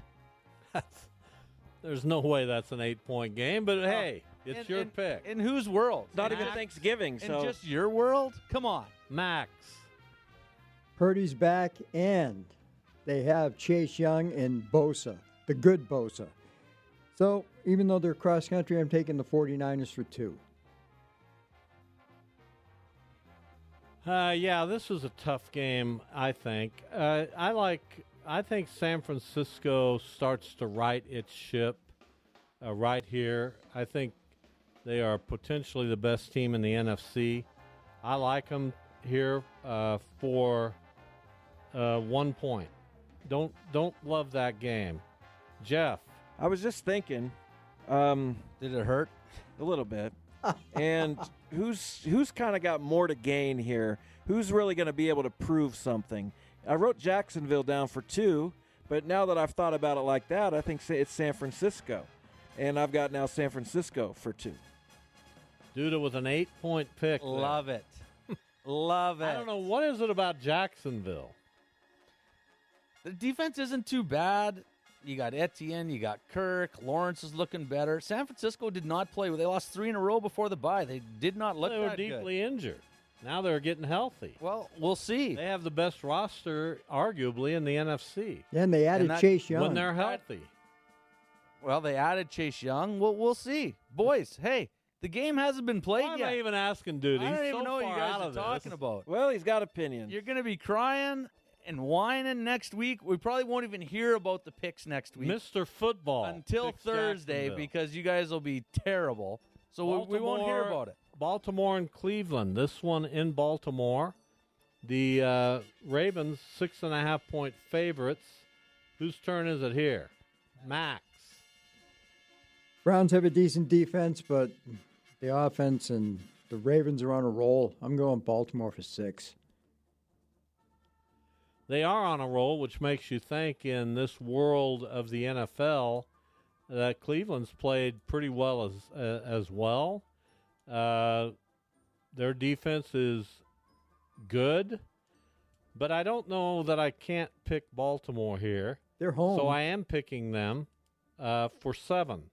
Speaker 4: There's no way that's an eight-point game, but hey, it's
Speaker 7: in-
Speaker 4: your
Speaker 7: in-
Speaker 4: pick.
Speaker 7: In whose world?
Speaker 5: Not
Speaker 7: In
Speaker 5: even
Speaker 7: Max-
Speaker 5: Thanksgiving.
Speaker 7: In
Speaker 5: So
Speaker 7: just your world? Come on.
Speaker 4: Max.
Speaker 9: Purdy's back, and they have Chase Young and Bosa, the good Bosa. So even though they're cross country, I'm taking the 49ers for two.
Speaker 4: Uh, yeah, this is a tough game. I think. Uh, I like. I think San Francisco starts to right its ship uh, right here. I think they are potentially the best team in the NFC. I like them here uh, for uh, one point. Don't don't love that game, Jeff.
Speaker 5: I was just thinking, um,
Speaker 7: did it hurt?
Speaker 5: A little bit. and who's who's kind of got more to gain here? Who's really going to be able to prove something? I wrote Jacksonville down for two, but now that I've thought about it like that, I think sa- it's San Francisco, and I've got now San Francisco for two.
Speaker 4: Duda with an eight-point pick. there.
Speaker 7: Love it. Love it.
Speaker 4: I don't know what is it about Jacksonville.
Speaker 7: The defense isn't too bad. You got Etienne, you got Kirk. Lawrence is looking better. San Francisco did not play. They lost three in a row before the bye. They did not look
Speaker 4: they were
Speaker 7: that good.
Speaker 4: deeply injured. Now they're getting healthy.
Speaker 7: Well, we'll see.
Speaker 4: They have the best roster, arguably, in the NFC.
Speaker 9: Yeah, and they added
Speaker 7: that-
Speaker 9: Chase Young.
Speaker 4: When they're healthy.
Speaker 7: Well, they added Chase Young. Well, we'll see. Boys, hey, the game hasn't been played
Speaker 4: Why am
Speaker 7: yet.
Speaker 4: I even asking, dude?
Speaker 7: I
Speaker 4: He's
Speaker 7: don't
Speaker 4: so
Speaker 7: even know what you
Speaker 4: far
Speaker 7: guys
Speaker 4: out
Speaker 7: are
Speaker 4: of this.
Speaker 7: talking about.
Speaker 5: Well, he's got opinions.
Speaker 7: You're going to be crying and whining next week. We probably won't even hear about the picks next week
Speaker 4: Mr. Football.
Speaker 7: until
Speaker 4: picks
Speaker 7: Thursday
Speaker 4: Jacksonville.
Speaker 7: because you guys will be terrible. So we, we won't hear
Speaker 4: Baltimore-
Speaker 7: about it.
Speaker 4: Baltimore and Cleveland. This one in Baltimore. The uh, Ravens, six and a half point favorites. Whose turn is it here? Max.
Speaker 9: Browns have a decent defense, but the offense and the Ravens are on a roll. I'm going Baltimore for six.
Speaker 4: They are on a roll, which makes you think in this world of the NFL that Cleveland's played pretty well as uh, as well. Uh, their defense is good, but I don't know that I can't pick Baltimore here.
Speaker 9: They're home.
Speaker 4: So I am picking them uh, for seven.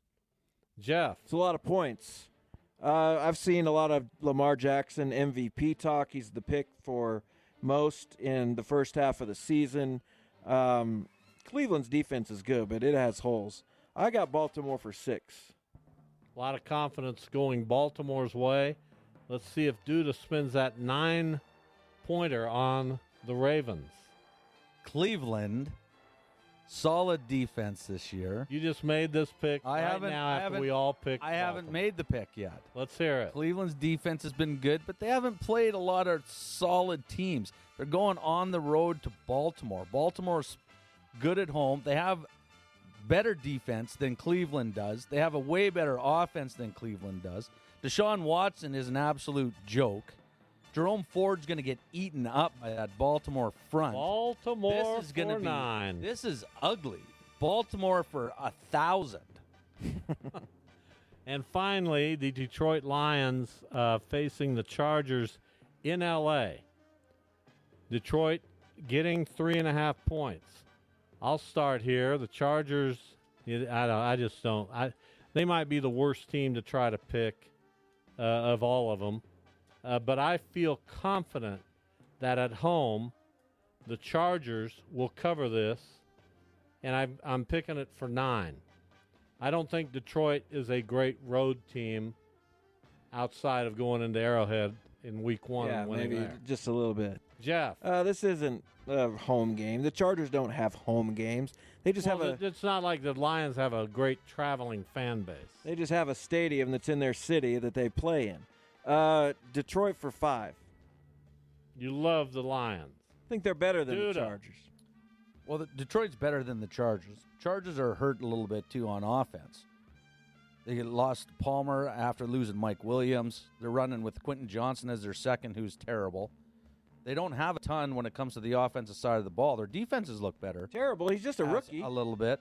Speaker 4: Jeff,
Speaker 5: It's a lot of points. Uh, I've seen a lot of Lamar Jackson MVP talk. He's the pick for most in the first half of the season. Um, Cleveland's defense is good, but it has holes. I got Baltimore for six.
Speaker 4: a lot of confidence going Baltimore's way. Let's see if Duda spins that nine pointer on the Ravens.
Speaker 7: Cleveland, solid defense this year.
Speaker 4: You just made this pick
Speaker 7: I
Speaker 4: right
Speaker 7: haven't.
Speaker 4: now
Speaker 7: I
Speaker 4: after
Speaker 7: haven't-
Speaker 4: we all picked.
Speaker 7: I haven't
Speaker 4: Baltimore.
Speaker 7: made the pick yet.
Speaker 4: Let's hear it.
Speaker 7: Cleveland's defense has been good, but they haven't played a lot of solid teams. They're going on the road to Baltimore. Baltimore's good at home. They have better defense than Cleveland does. They have a way better offense than Cleveland does. Deshaun Watson is an absolute joke. Jerome Ford's going to get eaten up by that Baltimore front.
Speaker 4: Baltimore
Speaker 7: this is going to
Speaker 4: for
Speaker 7: be
Speaker 4: nine.
Speaker 7: This is ugly. Baltimore for a thousand.
Speaker 4: and finally, the Detroit Lions uh, facing the Chargers in L.A. Detroit getting three and a half points. I'll start here. The Chargers. I don't. I just don't. I. They might be the worst team to try to pick uh, of all of them, uh, but I feel confident that at home the Chargers will cover this, and I'm, I'm picking it for nine. I don't think Detroit is a great road team, outside of going into Arrowhead in week one
Speaker 5: yeah,
Speaker 4: and winning
Speaker 5: maybe
Speaker 4: there.
Speaker 5: just a little bit.
Speaker 4: Jeff.
Speaker 5: Uh, this isn't a home game. The Chargers don't have home games. They just
Speaker 4: Well,
Speaker 5: have a
Speaker 4: it- it's not like the Lions have a great traveling fan base.
Speaker 5: They just have a stadium that's in their city that they play in. Uh, Detroit for five.
Speaker 4: You love the Lions.
Speaker 5: I think they're better than
Speaker 4: Duda.
Speaker 5: the Chargers.
Speaker 7: Well, the, Detroit's better than the Chargers. Chargers are hurt a little bit too on offense. They lost Palmer after losing Mike Williams. They're running with Quentin Johnson as their second, who's terrible. They don't have a ton when it comes to the offensive side of the ball. Their defenses look better.
Speaker 5: Terrible. He's just a
Speaker 7: As-
Speaker 5: rookie.
Speaker 7: A little bit.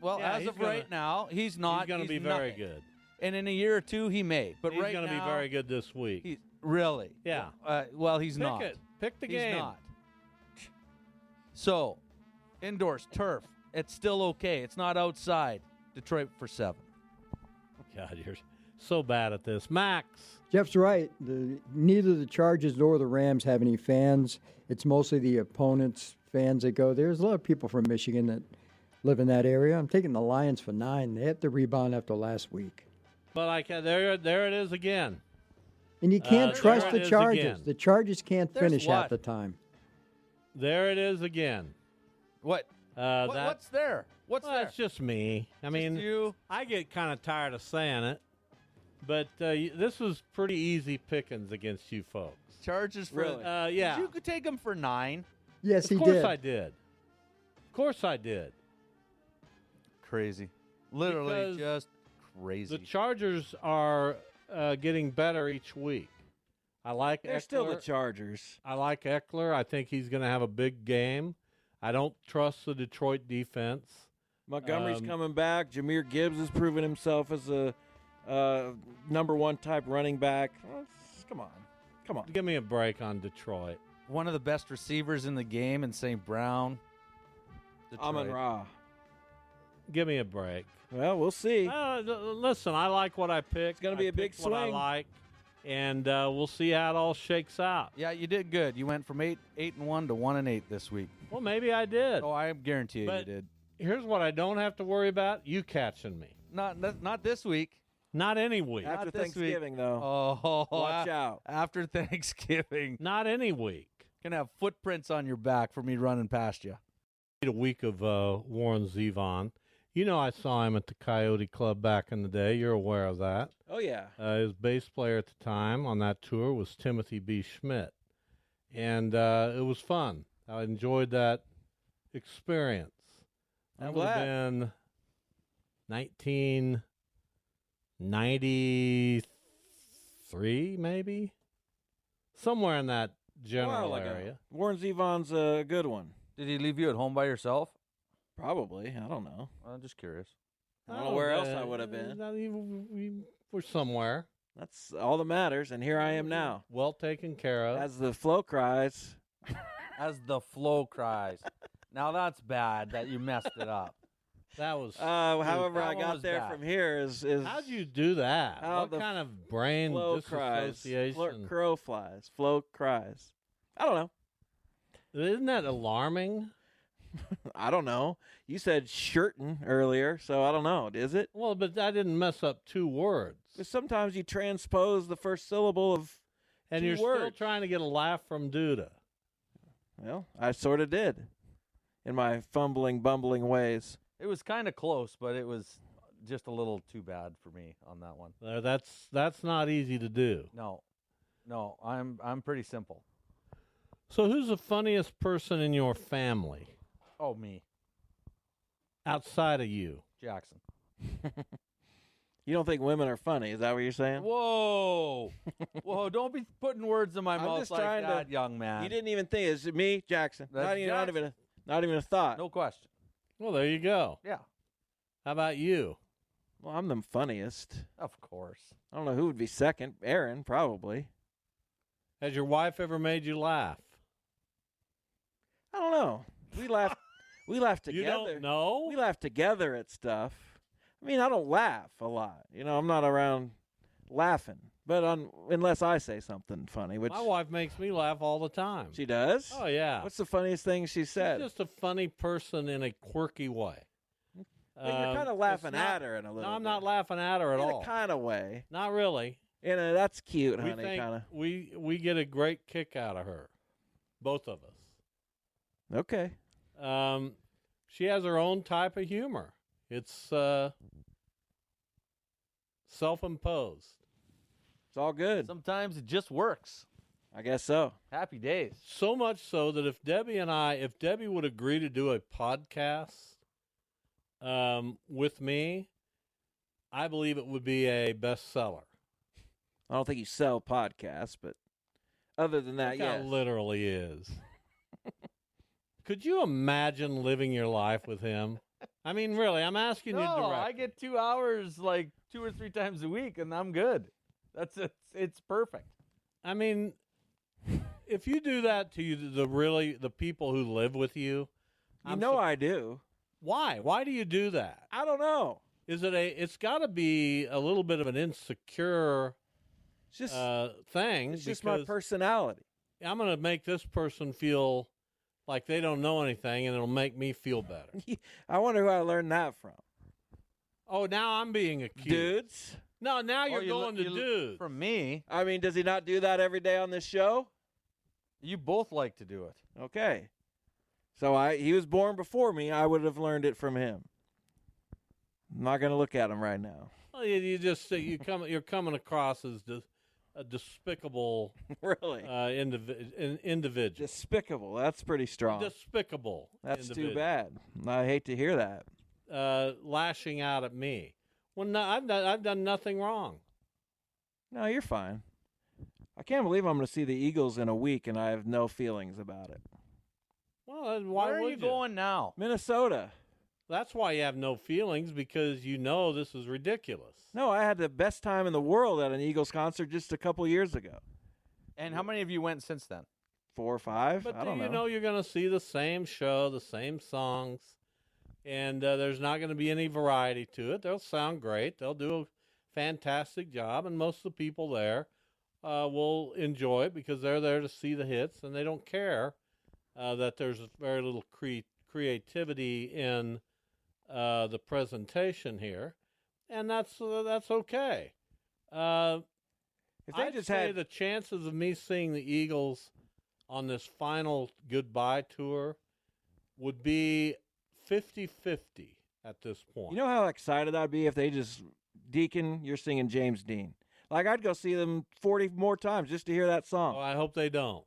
Speaker 7: Well,
Speaker 4: Yeah,
Speaker 7: as
Speaker 4: he's
Speaker 7: of
Speaker 4: gonna-
Speaker 7: right now, he's not.
Speaker 4: He's going to be very
Speaker 7: nothing.
Speaker 4: good.
Speaker 7: And in a year or two, he may. But
Speaker 4: he's
Speaker 7: right
Speaker 4: gonna
Speaker 7: now,
Speaker 4: be very good this week.
Speaker 7: He, really?
Speaker 4: Yeah.
Speaker 7: Uh, well, he's
Speaker 4: Pick
Speaker 7: not.
Speaker 4: it. Pick the
Speaker 7: He's
Speaker 4: game.
Speaker 7: not. So, indoors turf. It's still okay. It's not outside. Detroit for seven.
Speaker 4: God, you're so bad at this, Max.
Speaker 9: Jeff's right. The, neither the Chargers nor the Rams have any fans. It's mostly the opponents' fans that go. There's a lot of people from Michigan that live in that area. I'm taking the Lions for nine. They have to rebound after last week.
Speaker 4: But I can, there, there it is again.
Speaker 9: And you can't
Speaker 4: Uh,
Speaker 9: trust
Speaker 4: there it
Speaker 9: the
Speaker 4: is
Speaker 9: Chargers.
Speaker 4: again.
Speaker 9: The Chargers can't
Speaker 4: There's
Speaker 9: finish half
Speaker 4: what?
Speaker 9: the time.
Speaker 4: There it is again.
Speaker 7: What?
Speaker 4: Uh,
Speaker 7: What-
Speaker 4: that,
Speaker 7: what's there? What's
Speaker 4: well,
Speaker 7: there?
Speaker 4: It's just me. I mean,
Speaker 7: you?
Speaker 4: I get kind of tired of saying it, but uh, y- this was pretty easy pickings against you folks.
Speaker 7: Charges for
Speaker 4: Really? Uh, yeah.
Speaker 7: You could take him for nine.
Speaker 9: Yes,
Speaker 4: of
Speaker 9: he
Speaker 4: course
Speaker 9: did.
Speaker 4: I did. Of course I did.
Speaker 7: Crazy. Literally
Speaker 4: Because
Speaker 7: just crazy.
Speaker 4: The Chargers are uh, getting better each week. I like
Speaker 5: They're
Speaker 4: Eckler.
Speaker 5: still the Chargers.
Speaker 4: I like Eckler. I think he's going to have a big game. I don't trust the Detroit defense.
Speaker 5: Montgomery's
Speaker 4: Um,
Speaker 5: coming back. Jameer Gibbs has proven himself as a uh, number one type running back. Well, it's- Come on, come on.
Speaker 4: Give me a break on Detroit.
Speaker 7: One of the best receivers in the game in St. Brown.
Speaker 5: Amon
Speaker 7: Detroit.
Speaker 5: Ra.
Speaker 4: Give me a break.
Speaker 5: Well, we'll see.
Speaker 4: Uh, l- l- listen, I like what I picked. It's
Speaker 5: gonna be
Speaker 4: a
Speaker 5: a big
Speaker 4: What I
Speaker 5: swing.
Speaker 4: like, and uh, we'll see how it all shakes out.
Speaker 7: Yeah, you did good. You went from eight, eight and one to one and eight this week.
Speaker 4: Well, maybe I did.
Speaker 7: Oh, I guarantee you,
Speaker 4: But-
Speaker 7: you did.
Speaker 4: Here's what I don't have to worry about: you catching me.
Speaker 7: Not, not, not this week.
Speaker 4: Not any week.
Speaker 5: After
Speaker 7: Not this week.
Speaker 5: Thanksgiving, though,
Speaker 7: Oh,
Speaker 5: watch
Speaker 7: a-
Speaker 5: out.
Speaker 7: After Thanksgiving,
Speaker 4: Not any week.
Speaker 7: gonna have footprints on your back for me running past you.
Speaker 4: Need A week of uh, Warren Zevon. You know, I saw him at the Coyote Club back in the day. You're aware of that.
Speaker 5: Oh yeah.
Speaker 4: Uh, his bass player at the time on that tour was Timothy B. Schmidt, and uh, it was fun. I enjoyed that experience. That
Speaker 5: I'm
Speaker 4: would have
Speaker 5: glad.
Speaker 4: been 1993, maybe somewhere in that general
Speaker 5: While ago.
Speaker 4: area.
Speaker 5: uh, Warren Zevon's a good one.
Speaker 7: Did he leave you at home by yourself?
Speaker 5: Probably. I don't know.
Speaker 7: I'm just curious.
Speaker 5: I don't know where else I would have been.
Speaker 4: Uh, We we were somewhere
Speaker 5: That's all that matters. And here I am now.
Speaker 4: well taken care of.
Speaker 5: As the flow cries,
Speaker 7: As the flow cries. now that's bad that you messed it up.
Speaker 4: that was.
Speaker 5: uh,
Speaker 4: stupid.
Speaker 5: however
Speaker 7: that
Speaker 5: I
Speaker 7: one
Speaker 5: got
Speaker 7: was
Speaker 5: there
Speaker 7: bad.
Speaker 5: from here is is
Speaker 4: How'd you do that?
Speaker 5: How
Speaker 4: what
Speaker 5: the
Speaker 4: kind of brain
Speaker 5: flow cries,
Speaker 4: disassociation?
Speaker 5: Flo- crow flies, flow cries. I don't know.
Speaker 4: Isn't that alarming?
Speaker 5: I don't know. You said shirtin earlier, so I don't know. Is it?
Speaker 4: Well, but I didn't mess up two words.
Speaker 5: 'Cause sometimes you transpose the first syllable of.
Speaker 4: And
Speaker 5: two
Speaker 4: you're still
Speaker 5: words.
Speaker 4: trying to get a laugh from Duda.
Speaker 5: Well, I sort of did, in my fumbling, bumbling ways.
Speaker 7: It was kind of close, but it was just a little too bad for me on that one.
Speaker 4: Uh, that's that's not easy to do.
Speaker 7: No, no, I'm I'm pretty simple.
Speaker 4: So who's the funniest person in your family
Speaker 7: Oh me,
Speaker 4: outside of you?
Speaker 7: Jackson.
Speaker 5: You don't think women are funny? Is that what you're saying?
Speaker 7: Whoa, whoa! Oh, Don't be putting words in my
Speaker 5: I'm
Speaker 7: mouth
Speaker 5: just
Speaker 7: like
Speaker 5: trying to-
Speaker 7: that, young man.
Speaker 5: You didn't even think it's me, Jackson.
Speaker 7: That's
Speaker 5: not even, not even, a, not even a thought.
Speaker 7: No question.
Speaker 4: Well, there you go.
Speaker 7: Yeah,
Speaker 4: How about you?
Speaker 5: Well, I'm the funniest.
Speaker 7: of course.
Speaker 5: I don't know who would be second. Aaron, probably.
Speaker 4: Has your wife ever made you laugh?
Speaker 5: I don't know. We laugh. we laugh together.
Speaker 4: You don't know?
Speaker 5: We laugh together at stuff. I mean, I don't laugh a lot. You know, I'm not around laughing, but on unless I say something funny, which
Speaker 4: My wife makes me laugh all the time.
Speaker 5: she does.
Speaker 4: oh yeah.
Speaker 5: What's the funniest thing she said?
Speaker 4: She's just a funny person in a quirky way. Um,
Speaker 5: Well, you're kinda
Speaker 4: it's
Speaker 5: laughing
Speaker 4: not-
Speaker 5: at her in a
Speaker 4: No,
Speaker 5: little
Speaker 4: I'm not
Speaker 5: bit.
Speaker 4: laughing at her at
Speaker 5: in
Speaker 4: all.
Speaker 5: a kind of way.
Speaker 4: Not really.
Speaker 5: And uh, that's cute,
Speaker 4: we
Speaker 5: honey.
Speaker 4: think
Speaker 5: Kind of.
Speaker 4: we we get a great kick out of her, both of us.
Speaker 5: Okay.
Speaker 4: Um, she has her own type of humor. It's uh, self-imposed.
Speaker 5: It's all good.
Speaker 7: Sometimes it just works.
Speaker 5: I guess so.
Speaker 7: Happy days.
Speaker 4: So much so that if Debbie and I, if Debbie would agree to do a podcast um, with me, I believe it would be a bestseller.
Speaker 5: I don't think you sell podcasts, but other than that,
Speaker 4: That guy
Speaker 5: yeah.
Speaker 4: literally is. Could you imagine living your life with him? I mean, really, I'm asking
Speaker 7: no,
Speaker 4: you directly.
Speaker 7: I get two hours like two or three times a week, and I'm good. That's it's, it's perfect.
Speaker 4: I mean, if you do that to you, the really the people who live with you,
Speaker 5: You know I do.
Speaker 4: Why? Why do you do that?
Speaker 5: I don't know.
Speaker 4: Is it a? It's got to be a little bit of an insecure
Speaker 5: just,
Speaker 4: uh, thing.
Speaker 5: It's just my
Speaker 4: because
Speaker 5: personality.
Speaker 4: I'm going to make this person feel like they don't know anything, and it'll make me feel better.
Speaker 5: I wonder who I learned that from.
Speaker 4: oh, now I'm being accused.
Speaker 5: Dudes.
Speaker 4: No, now
Speaker 7: Oh,
Speaker 4: you're
Speaker 7: you lo-
Speaker 4: going
Speaker 7: you
Speaker 4: to
Speaker 7: lo-
Speaker 4: dudes.
Speaker 7: From me,
Speaker 5: I mean, does he not do that every day on this show?
Speaker 7: you both like to do it.
Speaker 5: Okay. So I he was born before me. I would have learned it from him. I'm not going to look at him right now.
Speaker 4: Well, you, you just you come you're coming across as de- a despicable
Speaker 5: really
Speaker 4: uh, indivi- in, individual.
Speaker 5: Despicable. That's pretty strong.
Speaker 4: Despicable.
Speaker 5: That's too
Speaker 4: individual.
Speaker 5: bad. I hate to hear that.
Speaker 4: Uh, lashing out at me. Well, no, I've done I've done nothing wrong.
Speaker 5: No, you're fine. I can't believe I'm going to see the Eagles in a week and I have no feelings about it.
Speaker 4: Well, then why
Speaker 7: Where are
Speaker 4: would
Speaker 7: you, going now?
Speaker 5: Minnesota.
Speaker 4: That's why you have no feelings because you know this is ridiculous.
Speaker 5: No, I had the best time in the world at an Eagles concert just a couple years ago.
Speaker 7: And how many of you went since then?
Speaker 5: Four or five.
Speaker 4: But
Speaker 5: I
Speaker 4: do
Speaker 5: don't
Speaker 4: you know you're going to see the same show, the same songs, and uh, there's not going to be any variety to it. They'll sound great. They'll do a fantastic job, and most of the people there uh, will enjoy it because they're there to see the hits, and they don't care uh, that there's very little cre- creativity in uh, the presentation here, and that's uh, that's okay. Uh,
Speaker 5: If they
Speaker 4: I'd
Speaker 5: just
Speaker 4: say
Speaker 5: had-
Speaker 4: the chances of me seeing the Eagles on this final goodbye tour would be 50-50 at this point.
Speaker 5: You know how excited I'd be if they just Deacon, you're singing James Dean. Like I'd go see them forty more times just to hear that song.
Speaker 4: oh, I hope they don't.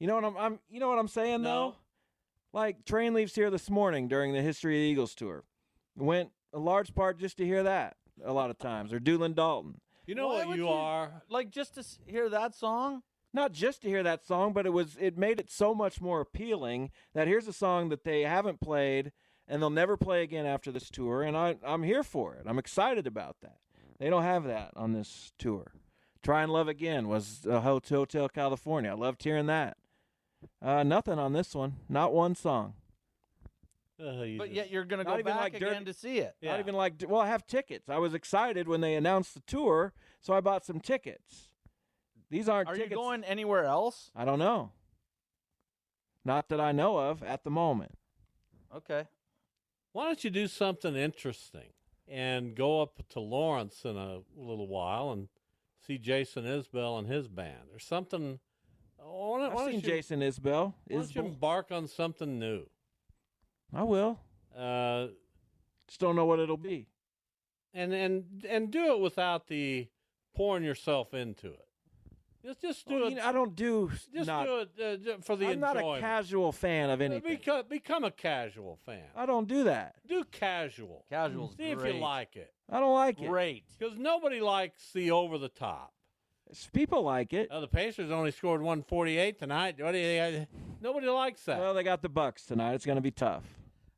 Speaker 5: You know what I'm, I'm you know what I'm saying
Speaker 4: No.
Speaker 5: though? Like train leaves here this morning during the History of the Eagles tour. Went a large part just to hear that a lot of times. Or Doolin Dalton.
Speaker 4: You know
Speaker 7: Why
Speaker 4: what
Speaker 7: would
Speaker 4: you
Speaker 7: you-
Speaker 4: are?
Speaker 7: Like just to s- hear that song?
Speaker 5: Not just to hear that song, but it was it made it so much more appealing that here's a song that they haven't played and they'll never play again after this tour, and I I'm here for it. I'm excited about that. They don't have that on this tour. Try and Love Again was a Ho- Hotel California. I loved hearing that. Uh, nothing on this one. Not one song.
Speaker 4: Uh, you
Speaker 7: But
Speaker 4: just-
Speaker 7: yet you're going to
Speaker 5: Not
Speaker 7: go
Speaker 5: even
Speaker 7: back
Speaker 5: like
Speaker 7: again
Speaker 5: Dirty-
Speaker 7: to see it.
Speaker 4: Yeah.
Speaker 5: Not even like, well, I have tickets. I was excited when they announced the tour, so I bought some tickets. These aren't
Speaker 7: Are you
Speaker 5: tickets.
Speaker 7: going anywhere else?
Speaker 5: I don't know. Not that I know of at the moment.
Speaker 7: Okay.
Speaker 4: why don't you do something interesting and go up to Lawrence in a little while and see Jason Isbell and his band or something? Why don't-
Speaker 5: I've
Speaker 4: why don't
Speaker 5: seen
Speaker 4: you-
Speaker 5: Jason Isbell.
Speaker 4: Why don't you
Speaker 5: Isbell.
Speaker 4: embark on something new?
Speaker 5: I will.
Speaker 4: Uh,
Speaker 5: Just don't know what it'll be.
Speaker 4: and and and do it without the pouring yourself into it. Just just do
Speaker 5: Well,
Speaker 4: it.
Speaker 5: you know, I don't do.
Speaker 4: just
Speaker 5: not,
Speaker 4: do it uh, ju- for the
Speaker 5: I'm not
Speaker 4: enjoyment.
Speaker 5: a casual fan of anything.
Speaker 4: Become, become a casual fan.
Speaker 5: I don't do that.
Speaker 4: Do casual.
Speaker 7: Casual's
Speaker 4: See if
Speaker 7: great.
Speaker 4: you like it.
Speaker 5: I don't like it.
Speaker 7: Great.
Speaker 4: Because nobody likes the over the top.
Speaker 5: People like it.
Speaker 4: Uh, the Pacers only scored 148 tonight. What do you, uh, nobody likes that.
Speaker 5: Well, they got the Bucks tonight. It's going to be tough.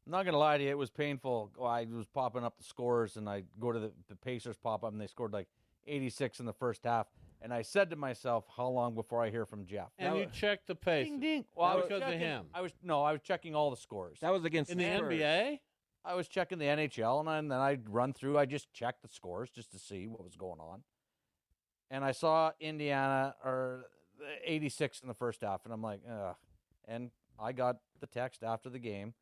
Speaker 7: I'm not gonna lie to you, it was painful. Oh, I was popping up the scores, and I go to the, the Pacers pop up, and they scored like 86 in the first half. And I said to myself, "How long before I hear from Jeff?"
Speaker 4: and
Speaker 5: that
Speaker 4: you
Speaker 5: was-
Speaker 4: check the pace.
Speaker 7: Ding ding. Well, I was
Speaker 4: because
Speaker 7: checking,
Speaker 4: of him.
Speaker 7: I was no, I was checking all the scores.
Speaker 5: That was against
Speaker 4: In the
Speaker 5: Spurs.
Speaker 4: NBA?
Speaker 7: I was checking the NHL, and, I, and then I run through. I just checked the scores just to see what was going on, and I saw Indiana or 86 in the first half, and I'm like, ugh. And I got the text after the game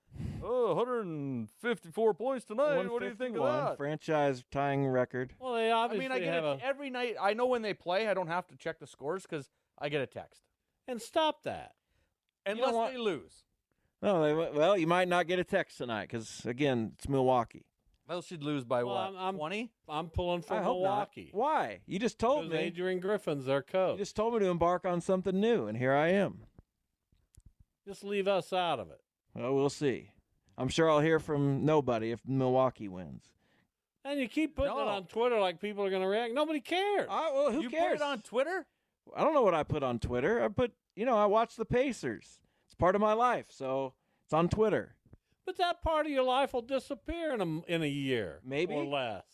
Speaker 10: oh, 154 points tonight. What do you think of that?
Speaker 5: Franchise tying record.
Speaker 10: Well, they
Speaker 7: I mean, I get it every night. I know when they play. I don't have to check the scores because I get a text.
Speaker 4: And stop that.
Speaker 7: Unless they lose,
Speaker 5: No, they, well, you might not get a text tonight because again, it's Milwaukee.
Speaker 7: they should lose by
Speaker 4: Well, I'm-
Speaker 7: what?
Speaker 4: I'm-
Speaker 7: Twenty.
Speaker 4: I'm pulling for
Speaker 5: I hope not.
Speaker 4: Milwaukee.
Speaker 5: Why? You just told
Speaker 4: 'Cause
Speaker 5: me.
Speaker 4: Adrian Griffin's their
Speaker 5: You
Speaker 4: coach.
Speaker 5: just told me to embark on something new, and here I am.
Speaker 4: Just leave us out of it.
Speaker 5: Well, we'll see. I'm sure I'll hear from nobody if Milwaukee wins.
Speaker 4: And you keep putting it
Speaker 5: No.
Speaker 4: on Twitter like people are going to react. Nobody cares.
Speaker 5: I, well, who
Speaker 7: you put
Speaker 5: cares?
Speaker 7: it on Twitter.
Speaker 5: I don't know what I put on Twitter. I put, you know, I watch the Pacers. It's part of my life, so it's on Twitter.
Speaker 4: But that part of your life will disappear in a, in a year.
Speaker 5: Maybe.
Speaker 4: Or less.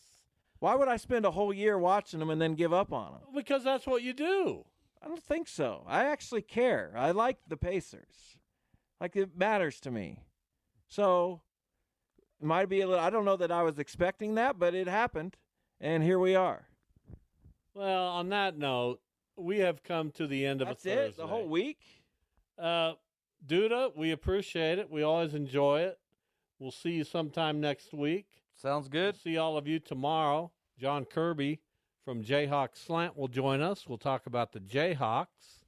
Speaker 5: Why would I spend a whole year watching them and then give up on them?
Speaker 4: Because that's what you do.
Speaker 5: I don't think so. I actually care. I like the Pacers. Like it matters to me. So it might be a little I don't know that I was expecting that, but it happened and here we are.
Speaker 4: Well, on that note, we have come to the end of
Speaker 5: That's
Speaker 4: a Thursday.
Speaker 5: it? The whole week?
Speaker 4: Uh, Duda, we appreciate it. We always enjoy it. We'll see you sometime next week.
Speaker 7: Sounds good.
Speaker 4: see all of you tomorrow. John Kirby from Jayhawk Slant will join us. We'll talk about the Jayhawks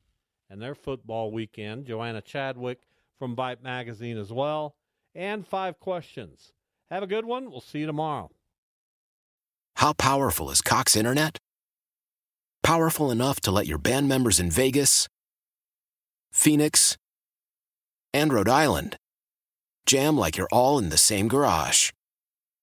Speaker 4: and their football weekend. Joanna Chadwick from Bite Magazine as well. And five questions. Have a good one. We'll see you tomorrow.
Speaker 11: How powerful is Cox Internet? Powerful enough to let your band members in Vegas, Phoenix, and Rhode Island jam like you're all in the same garage.